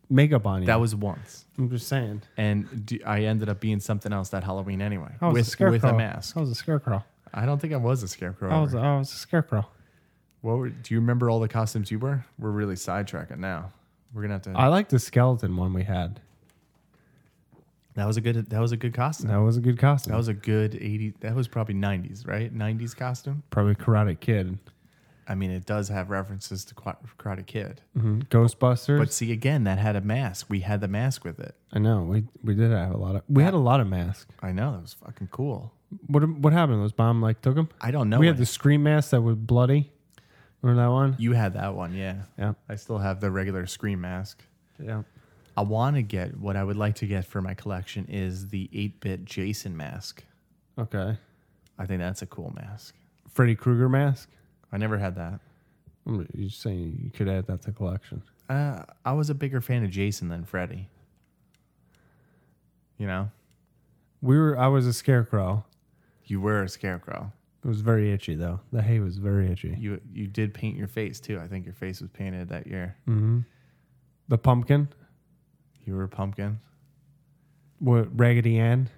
[SPEAKER 3] makeup on you.
[SPEAKER 1] That was once,
[SPEAKER 3] I'm just saying.
[SPEAKER 1] and d I I ended up being something else that Halloween anyway.
[SPEAKER 3] I was a
[SPEAKER 1] with
[SPEAKER 3] scarecrow.
[SPEAKER 1] with a mask.
[SPEAKER 3] I was a scarecrow.
[SPEAKER 1] I don't think I was a scarecrow.
[SPEAKER 3] I was,
[SPEAKER 1] ever.
[SPEAKER 3] I was a scarecrow.
[SPEAKER 1] what were, do you remember? All the costumes you were? We're really sidetracking now. We're gonna have to.
[SPEAKER 3] I like the skeleton one we had.
[SPEAKER 1] that was a good. That was a good costume.
[SPEAKER 3] That was a good costume.
[SPEAKER 1] That was a good 80s. That was probably 90s, right? 90s costume.
[SPEAKER 3] probably Karate Kid,
[SPEAKER 1] I mean, it does have references to Qua- Karate Kid.
[SPEAKER 3] Mm-hmm. Ghostbusters.
[SPEAKER 1] But see, again, that had a mask. We had the mask with it.
[SPEAKER 3] I know we we did have a lot of we had a lot of masks.
[SPEAKER 1] I know that was fucking cool.
[SPEAKER 3] What what happened? Those bomb like took them.
[SPEAKER 1] I don't know.
[SPEAKER 3] we had
[SPEAKER 1] it.
[SPEAKER 3] the scream mask that was bloody. Remember that one?
[SPEAKER 1] you had that one, yeah.
[SPEAKER 3] Yeah,
[SPEAKER 1] I still have the regular screen mask.
[SPEAKER 3] yeah.
[SPEAKER 1] I want to get what I would like to get for my collection is the 8-bit Jason mask.
[SPEAKER 3] Okay.
[SPEAKER 1] I think that's a cool mask.
[SPEAKER 3] Freddy Krueger mask.
[SPEAKER 1] I never had that.
[SPEAKER 3] I'm re- You're saying you could add that to collection.
[SPEAKER 1] Uh, I was a bigger fan of Jason than Freddy. You know,
[SPEAKER 3] We were. I was a scarecrow.
[SPEAKER 1] you were a scarecrow.
[SPEAKER 3] It was very itchy though. The hay was very itchy.
[SPEAKER 1] You you did paint your face too. I think your face was painted that year.
[SPEAKER 3] Mm-hmm. The pumpkin.
[SPEAKER 1] You were a pumpkin.
[SPEAKER 3] What Raggedy Ann?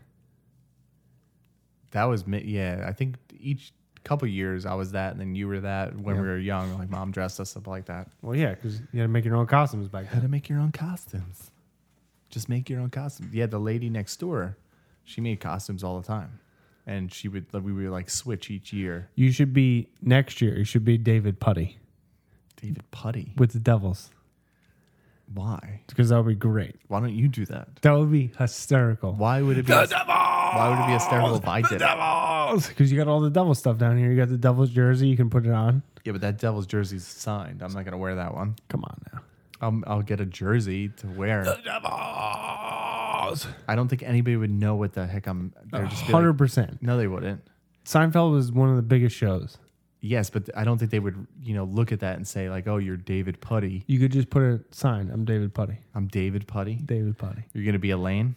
[SPEAKER 1] That was me. Yeah, I think each couple years I was that, and then you were that when we were young. Like mom dressed us up like that.
[SPEAKER 3] Well, yeah, because you had to make your own costumes back
[SPEAKER 1] How
[SPEAKER 3] then.
[SPEAKER 1] to make your own costumes? Just make your own costumes. Yeah, the lady next door, she made costumes all the time, and she would we would like switch each year.
[SPEAKER 3] You should be next year. You should be David Putty
[SPEAKER 1] David Putty.
[SPEAKER 3] with the Devils.
[SPEAKER 1] Why?
[SPEAKER 3] because that would be great.
[SPEAKER 1] Why don't you do that?
[SPEAKER 3] That would be hysterical.
[SPEAKER 1] Why would it be? Why would it be a sterile if I did it?
[SPEAKER 3] Because you got all the devil stuff down here. You got the devil's jersey. You can put it on.
[SPEAKER 1] Yeah, but that Devil's jersey's signed. I'm not gonna wear that one.
[SPEAKER 3] Come on now.
[SPEAKER 1] Um, I'll get a jersey to wear. I don't think anybody would know what the heck I'm. They're just be like-
[SPEAKER 3] Hundred percent.
[SPEAKER 1] no, they wouldn't.
[SPEAKER 3] Seinfeld was one of the biggest shows.
[SPEAKER 1] Yes, but I don't think they would. You know, look at that and say like, "Oh, you're David Putty.
[SPEAKER 3] You could just put a sign. I'm David Putty.
[SPEAKER 1] I'm David Putty.
[SPEAKER 3] David Putty.
[SPEAKER 1] You're gonna be Elaine.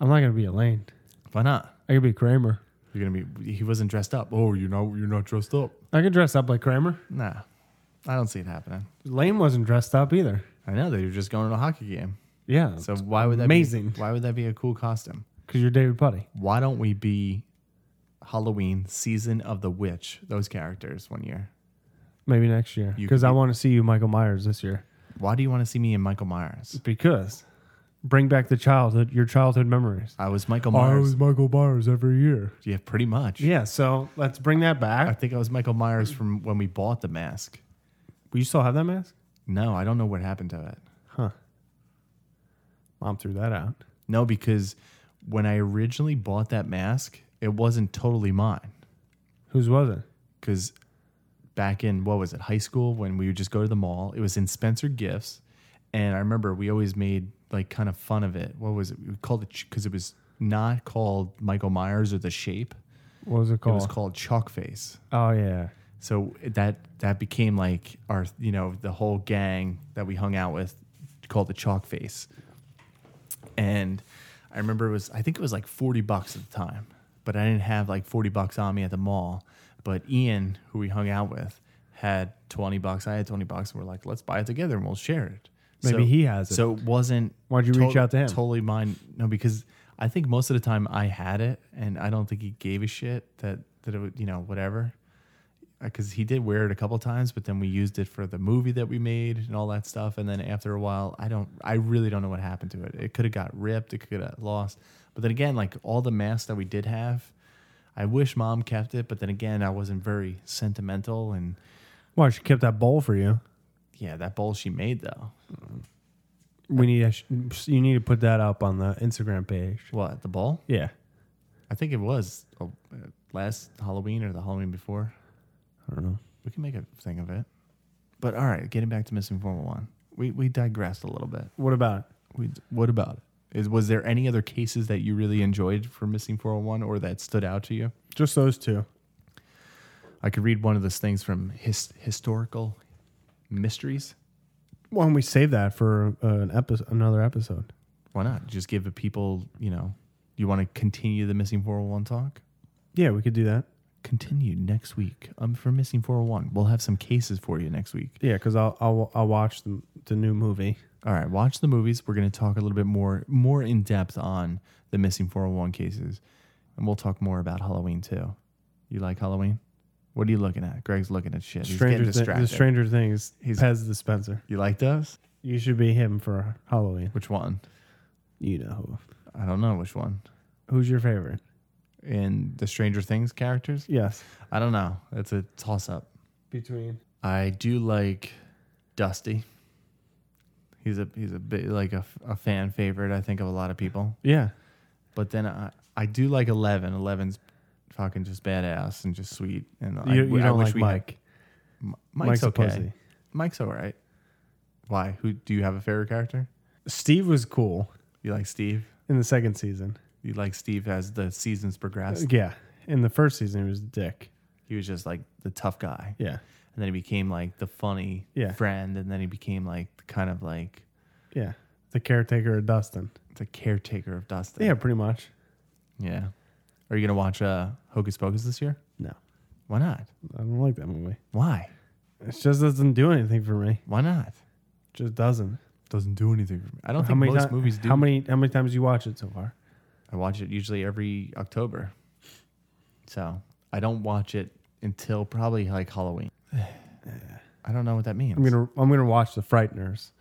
[SPEAKER 3] I'm not gonna be Elaine.
[SPEAKER 1] Why not?
[SPEAKER 3] I could be Kramer.
[SPEAKER 1] You're gonna be. He wasn't dressed up. Oh, you're not. You're not dressed up.
[SPEAKER 3] I could dress up like Kramer.
[SPEAKER 1] Nah, I don't see it happening.
[SPEAKER 3] Lane wasn't dressed up either.
[SPEAKER 1] I know that you're just going to a hockey game.
[SPEAKER 3] Yeah.
[SPEAKER 1] So why would that
[SPEAKER 3] amazing.
[SPEAKER 1] Be, why would that be a cool costume?
[SPEAKER 3] because you're David Putty.
[SPEAKER 1] Why don't we be Halloween season of the witch? Those characters one year.
[SPEAKER 3] Maybe next year.
[SPEAKER 1] You
[SPEAKER 3] Because
[SPEAKER 1] could
[SPEAKER 3] I
[SPEAKER 1] be-
[SPEAKER 3] want to see you, Michael Myers, this year.
[SPEAKER 1] Why do you want to see me in Michael Myers?
[SPEAKER 3] Because bring back the childhood, your childhood memories.
[SPEAKER 1] I was Michael Myers.
[SPEAKER 3] Michael Myers every year.
[SPEAKER 1] yeah, pretty much.
[SPEAKER 3] Oh. Yeah. So let's bring that
[SPEAKER 1] I
[SPEAKER 3] back.
[SPEAKER 1] think I was Michael Myers from when we bought the mask.
[SPEAKER 3] Will you still have that mask?
[SPEAKER 1] No, I don't know what happened to it.
[SPEAKER 3] Mom threw that out.
[SPEAKER 1] No, because when I originally bought that mask, it wasn't totally mine.
[SPEAKER 3] Whose was it?
[SPEAKER 1] because back in what was it high school when we would just go to the mall it was in spencer gifts and i remember we always made like kind of fun of it what was it we called it because it was not called michael myers or the shape
[SPEAKER 3] What was it
[SPEAKER 1] it
[SPEAKER 3] called?
[SPEAKER 1] was called chalk face
[SPEAKER 3] oh yeah.
[SPEAKER 1] so that that became like our you know the whole gang that we hung out with called the chalk face and i remember it was i think it was like 40 bucks at the time but i didn't have like 40 bucks on me at the mall but ian who we hung out with had 20 bucks i had 20 bucks and we're like let's buy it together and we'll share it
[SPEAKER 3] Maybe he has it.
[SPEAKER 1] so it wasn't
[SPEAKER 3] Why'd you reach out to him?
[SPEAKER 1] totally mine no because i think most of the time i had it and i don't think he gave a shit that that it would you know whatever because he did wear it a couple times, but then we used it for the movie that we made and all that stuff. And then after a while, I don't, I really don't know what happened to it. It could have got ripped, it could have lost. But then again, like all the masks that we did have, I wish mom kept it. But then again, I wasn't very sentimental, and
[SPEAKER 3] Why she kept that bowl for you?
[SPEAKER 1] yeah, that bowl she made though.
[SPEAKER 3] We need to, you need to put that up on the Instagram page.
[SPEAKER 1] What the bowl?
[SPEAKER 3] Yeah.
[SPEAKER 1] I think it was uh, last Halloween or the Halloween before.
[SPEAKER 3] I don't know.
[SPEAKER 1] We can make a thing of it. But all right, getting back to missing formal one, we we digressed a little bit.
[SPEAKER 3] What about it?
[SPEAKER 1] We, what about it? Is, was there any other cases that you really enjoyed for Missing 401 or that stood out to you?
[SPEAKER 3] Just those two.
[SPEAKER 1] I could read one of those things from his, Historical Mysteries.
[SPEAKER 3] Why don't we save that for uh, an episode, another episode?
[SPEAKER 1] Why not? Just give the people, you know, you want to continue the Missing 401 talk?
[SPEAKER 3] Yeah, we could do that.
[SPEAKER 1] Continue next week. Um, for Missing 401, we'll have some cases for you next week.
[SPEAKER 3] Yeah, because I'll, I'll I'll watch the, the new movie.
[SPEAKER 1] All right, watch the movies. We're going to talk a little bit more more in depth on the missing 401 cases. And we'll talk more about Halloween too. You like Halloween? What are you looking at? Greg's looking at shit. He's
[SPEAKER 3] Stranger
[SPEAKER 1] getting
[SPEAKER 3] Thi-
[SPEAKER 1] distracted.
[SPEAKER 3] the Stranger Things.
[SPEAKER 1] He's-
[SPEAKER 3] Pez the Spencer.
[SPEAKER 1] you like those?
[SPEAKER 3] You should be him for Halloween.
[SPEAKER 1] Which one?
[SPEAKER 3] You know
[SPEAKER 1] I don't know which one.
[SPEAKER 3] who. Who's your favorite?
[SPEAKER 1] In the Stranger Things characters?
[SPEAKER 3] Yes.
[SPEAKER 1] I don't know. It's a toss up.
[SPEAKER 3] Between
[SPEAKER 1] I do like Dusty. He's a he's a bit like a, a fan favorite I think of a lot of people.
[SPEAKER 3] yeah,
[SPEAKER 1] But then I, I do like Eleven. Eleven's fucking just badass and just sweet. And I,
[SPEAKER 3] you, you
[SPEAKER 1] I
[SPEAKER 3] don't
[SPEAKER 1] wish
[SPEAKER 3] like
[SPEAKER 1] we
[SPEAKER 3] Mike.
[SPEAKER 1] Had, M- Mike's,
[SPEAKER 3] Mike's a
[SPEAKER 1] okay.
[SPEAKER 3] pussy.
[SPEAKER 1] Mike's all right. Why? Who do you have a favorite character?
[SPEAKER 3] Steve was cool
[SPEAKER 1] You like Steve?
[SPEAKER 3] in the second season. Uh,
[SPEAKER 1] You like Steve as the seasons progressed.
[SPEAKER 3] Yeah, in the first season he was a dick.
[SPEAKER 1] He was just like the tough guy,
[SPEAKER 3] Yeah,
[SPEAKER 1] and then he became like the funny
[SPEAKER 3] Yeah.
[SPEAKER 1] friend, and then he became like kind of like
[SPEAKER 3] yeah. The caretaker of Dustin.
[SPEAKER 1] the caretaker of Dustin.
[SPEAKER 3] Yeah, pretty much.
[SPEAKER 1] yeah. Are you gonna watch uh, Hocus Pocus this year?
[SPEAKER 3] No,
[SPEAKER 1] Why not?
[SPEAKER 3] I don't like that movie.
[SPEAKER 1] Why?
[SPEAKER 3] It just doesn't do anything for me.
[SPEAKER 1] Why not?
[SPEAKER 3] Just doesn't.
[SPEAKER 1] Doesn't do anything for me. I don't
[SPEAKER 3] How
[SPEAKER 1] think
[SPEAKER 3] many
[SPEAKER 1] most
[SPEAKER 3] ti-
[SPEAKER 1] movies do.
[SPEAKER 3] How many how many times you watch it so far?
[SPEAKER 1] I watch it usually every October. So I don't watch it until probably like Halloween. I don't know what that means.
[SPEAKER 3] I'm gonna I'm gonna watch The Frighteners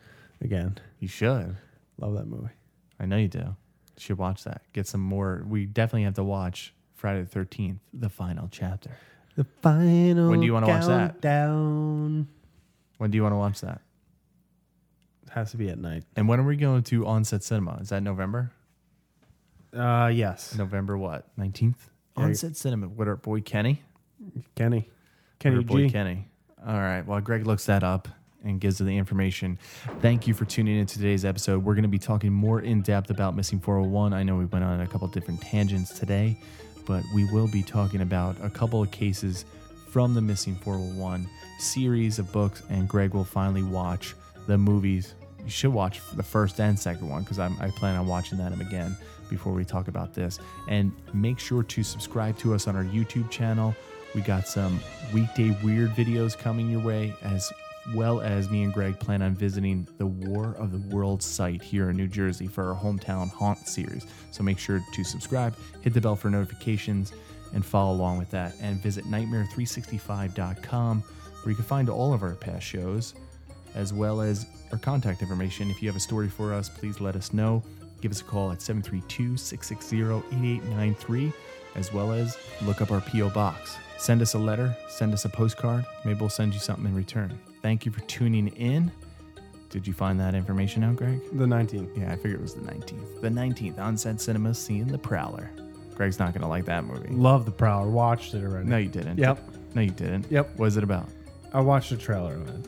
[SPEAKER 3] again.
[SPEAKER 1] you should.
[SPEAKER 3] Love that movie.
[SPEAKER 1] I know you do. You should watch that. Get some more. We definitely have to watch Friday the 13th, the final chapter.
[SPEAKER 3] The final.
[SPEAKER 1] When do you wanna watch that?
[SPEAKER 3] Down.
[SPEAKER 1] When do you want to watch that?
[SPEAKER 3] Has to be at night.
[SPEAKER 1] And when are we going to Onset Cinema? Is that November?
[SPEAKER 3] Uh, yes.
[SPEAKER 1] November what? Nineteenth. Onset Cinema with our boy Kenny.
[SPEAKER 3] Kenny.
[SPEAKER 1] With
[SPEAKER 3] Kenny
[SPEAKER 1] our boy
[SPEAKER 3] G.
[SPEAKER 1] Kenny. All right. Well, Greg looks that up and gives the information. Thank you for tuning in to today's episode. We're going to be talking more in depth about missing 401. I know we went on a couple different tangents today, but we will be talking about a couple of cases from the missing 401 series of books, and Greg will finally watch the movies. You should watch the first and second one because I plan on watching that again before we talk about this. And make sure to subscribe to us on our YouTube channel. We got some weekday weird videos coming your way, as well as me and Greg plan on visiting the War of the World site here in New Jersey for our hometown haunt series. So make sure to subscribe, hit the bell for notifications, and follow along with that. And visit nightmare365.com where you can find all of our past shows as well as our contact information. If you have a story for us, please let us know. Give us a call at 732 660 8893, as well as look up our P.O. box. Send us a letter, send us a postcard. Maybe we'll send you something in return. Thank you for tuning in. Did you find that information out, Greg?
[SPEAKER 3] The 19th.
[SPEAKER 1] Yeah, I figured it was the 19th. The 19th, Onset Cinema, seeing The Prowler. Greg's not going to like that movie.
[SPEAKER 3] Love the Prowler. Watched it already.
[SPEAKER 1] No, you didn't.
[SPEAKER 3] Yep.
[SPEAKER 1] No, you didn't.
[SPEAKER 3] Yep.
[SPEAKER 1] What is it about?
[SPEAKER 3] I watched the trailer of it.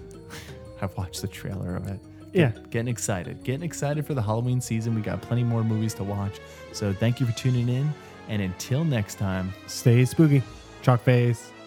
[SPEAKER 1] I've watched the trailer of it.
[SPEAKER 3] Yeah.
[SPEAKER 1] Getting excited. Getting excited for the Halloween season. We got plenty more movies to watch. So thank you for tuning in. And until next time,
[SPEAKER 3] Stay spooky. Chalk face.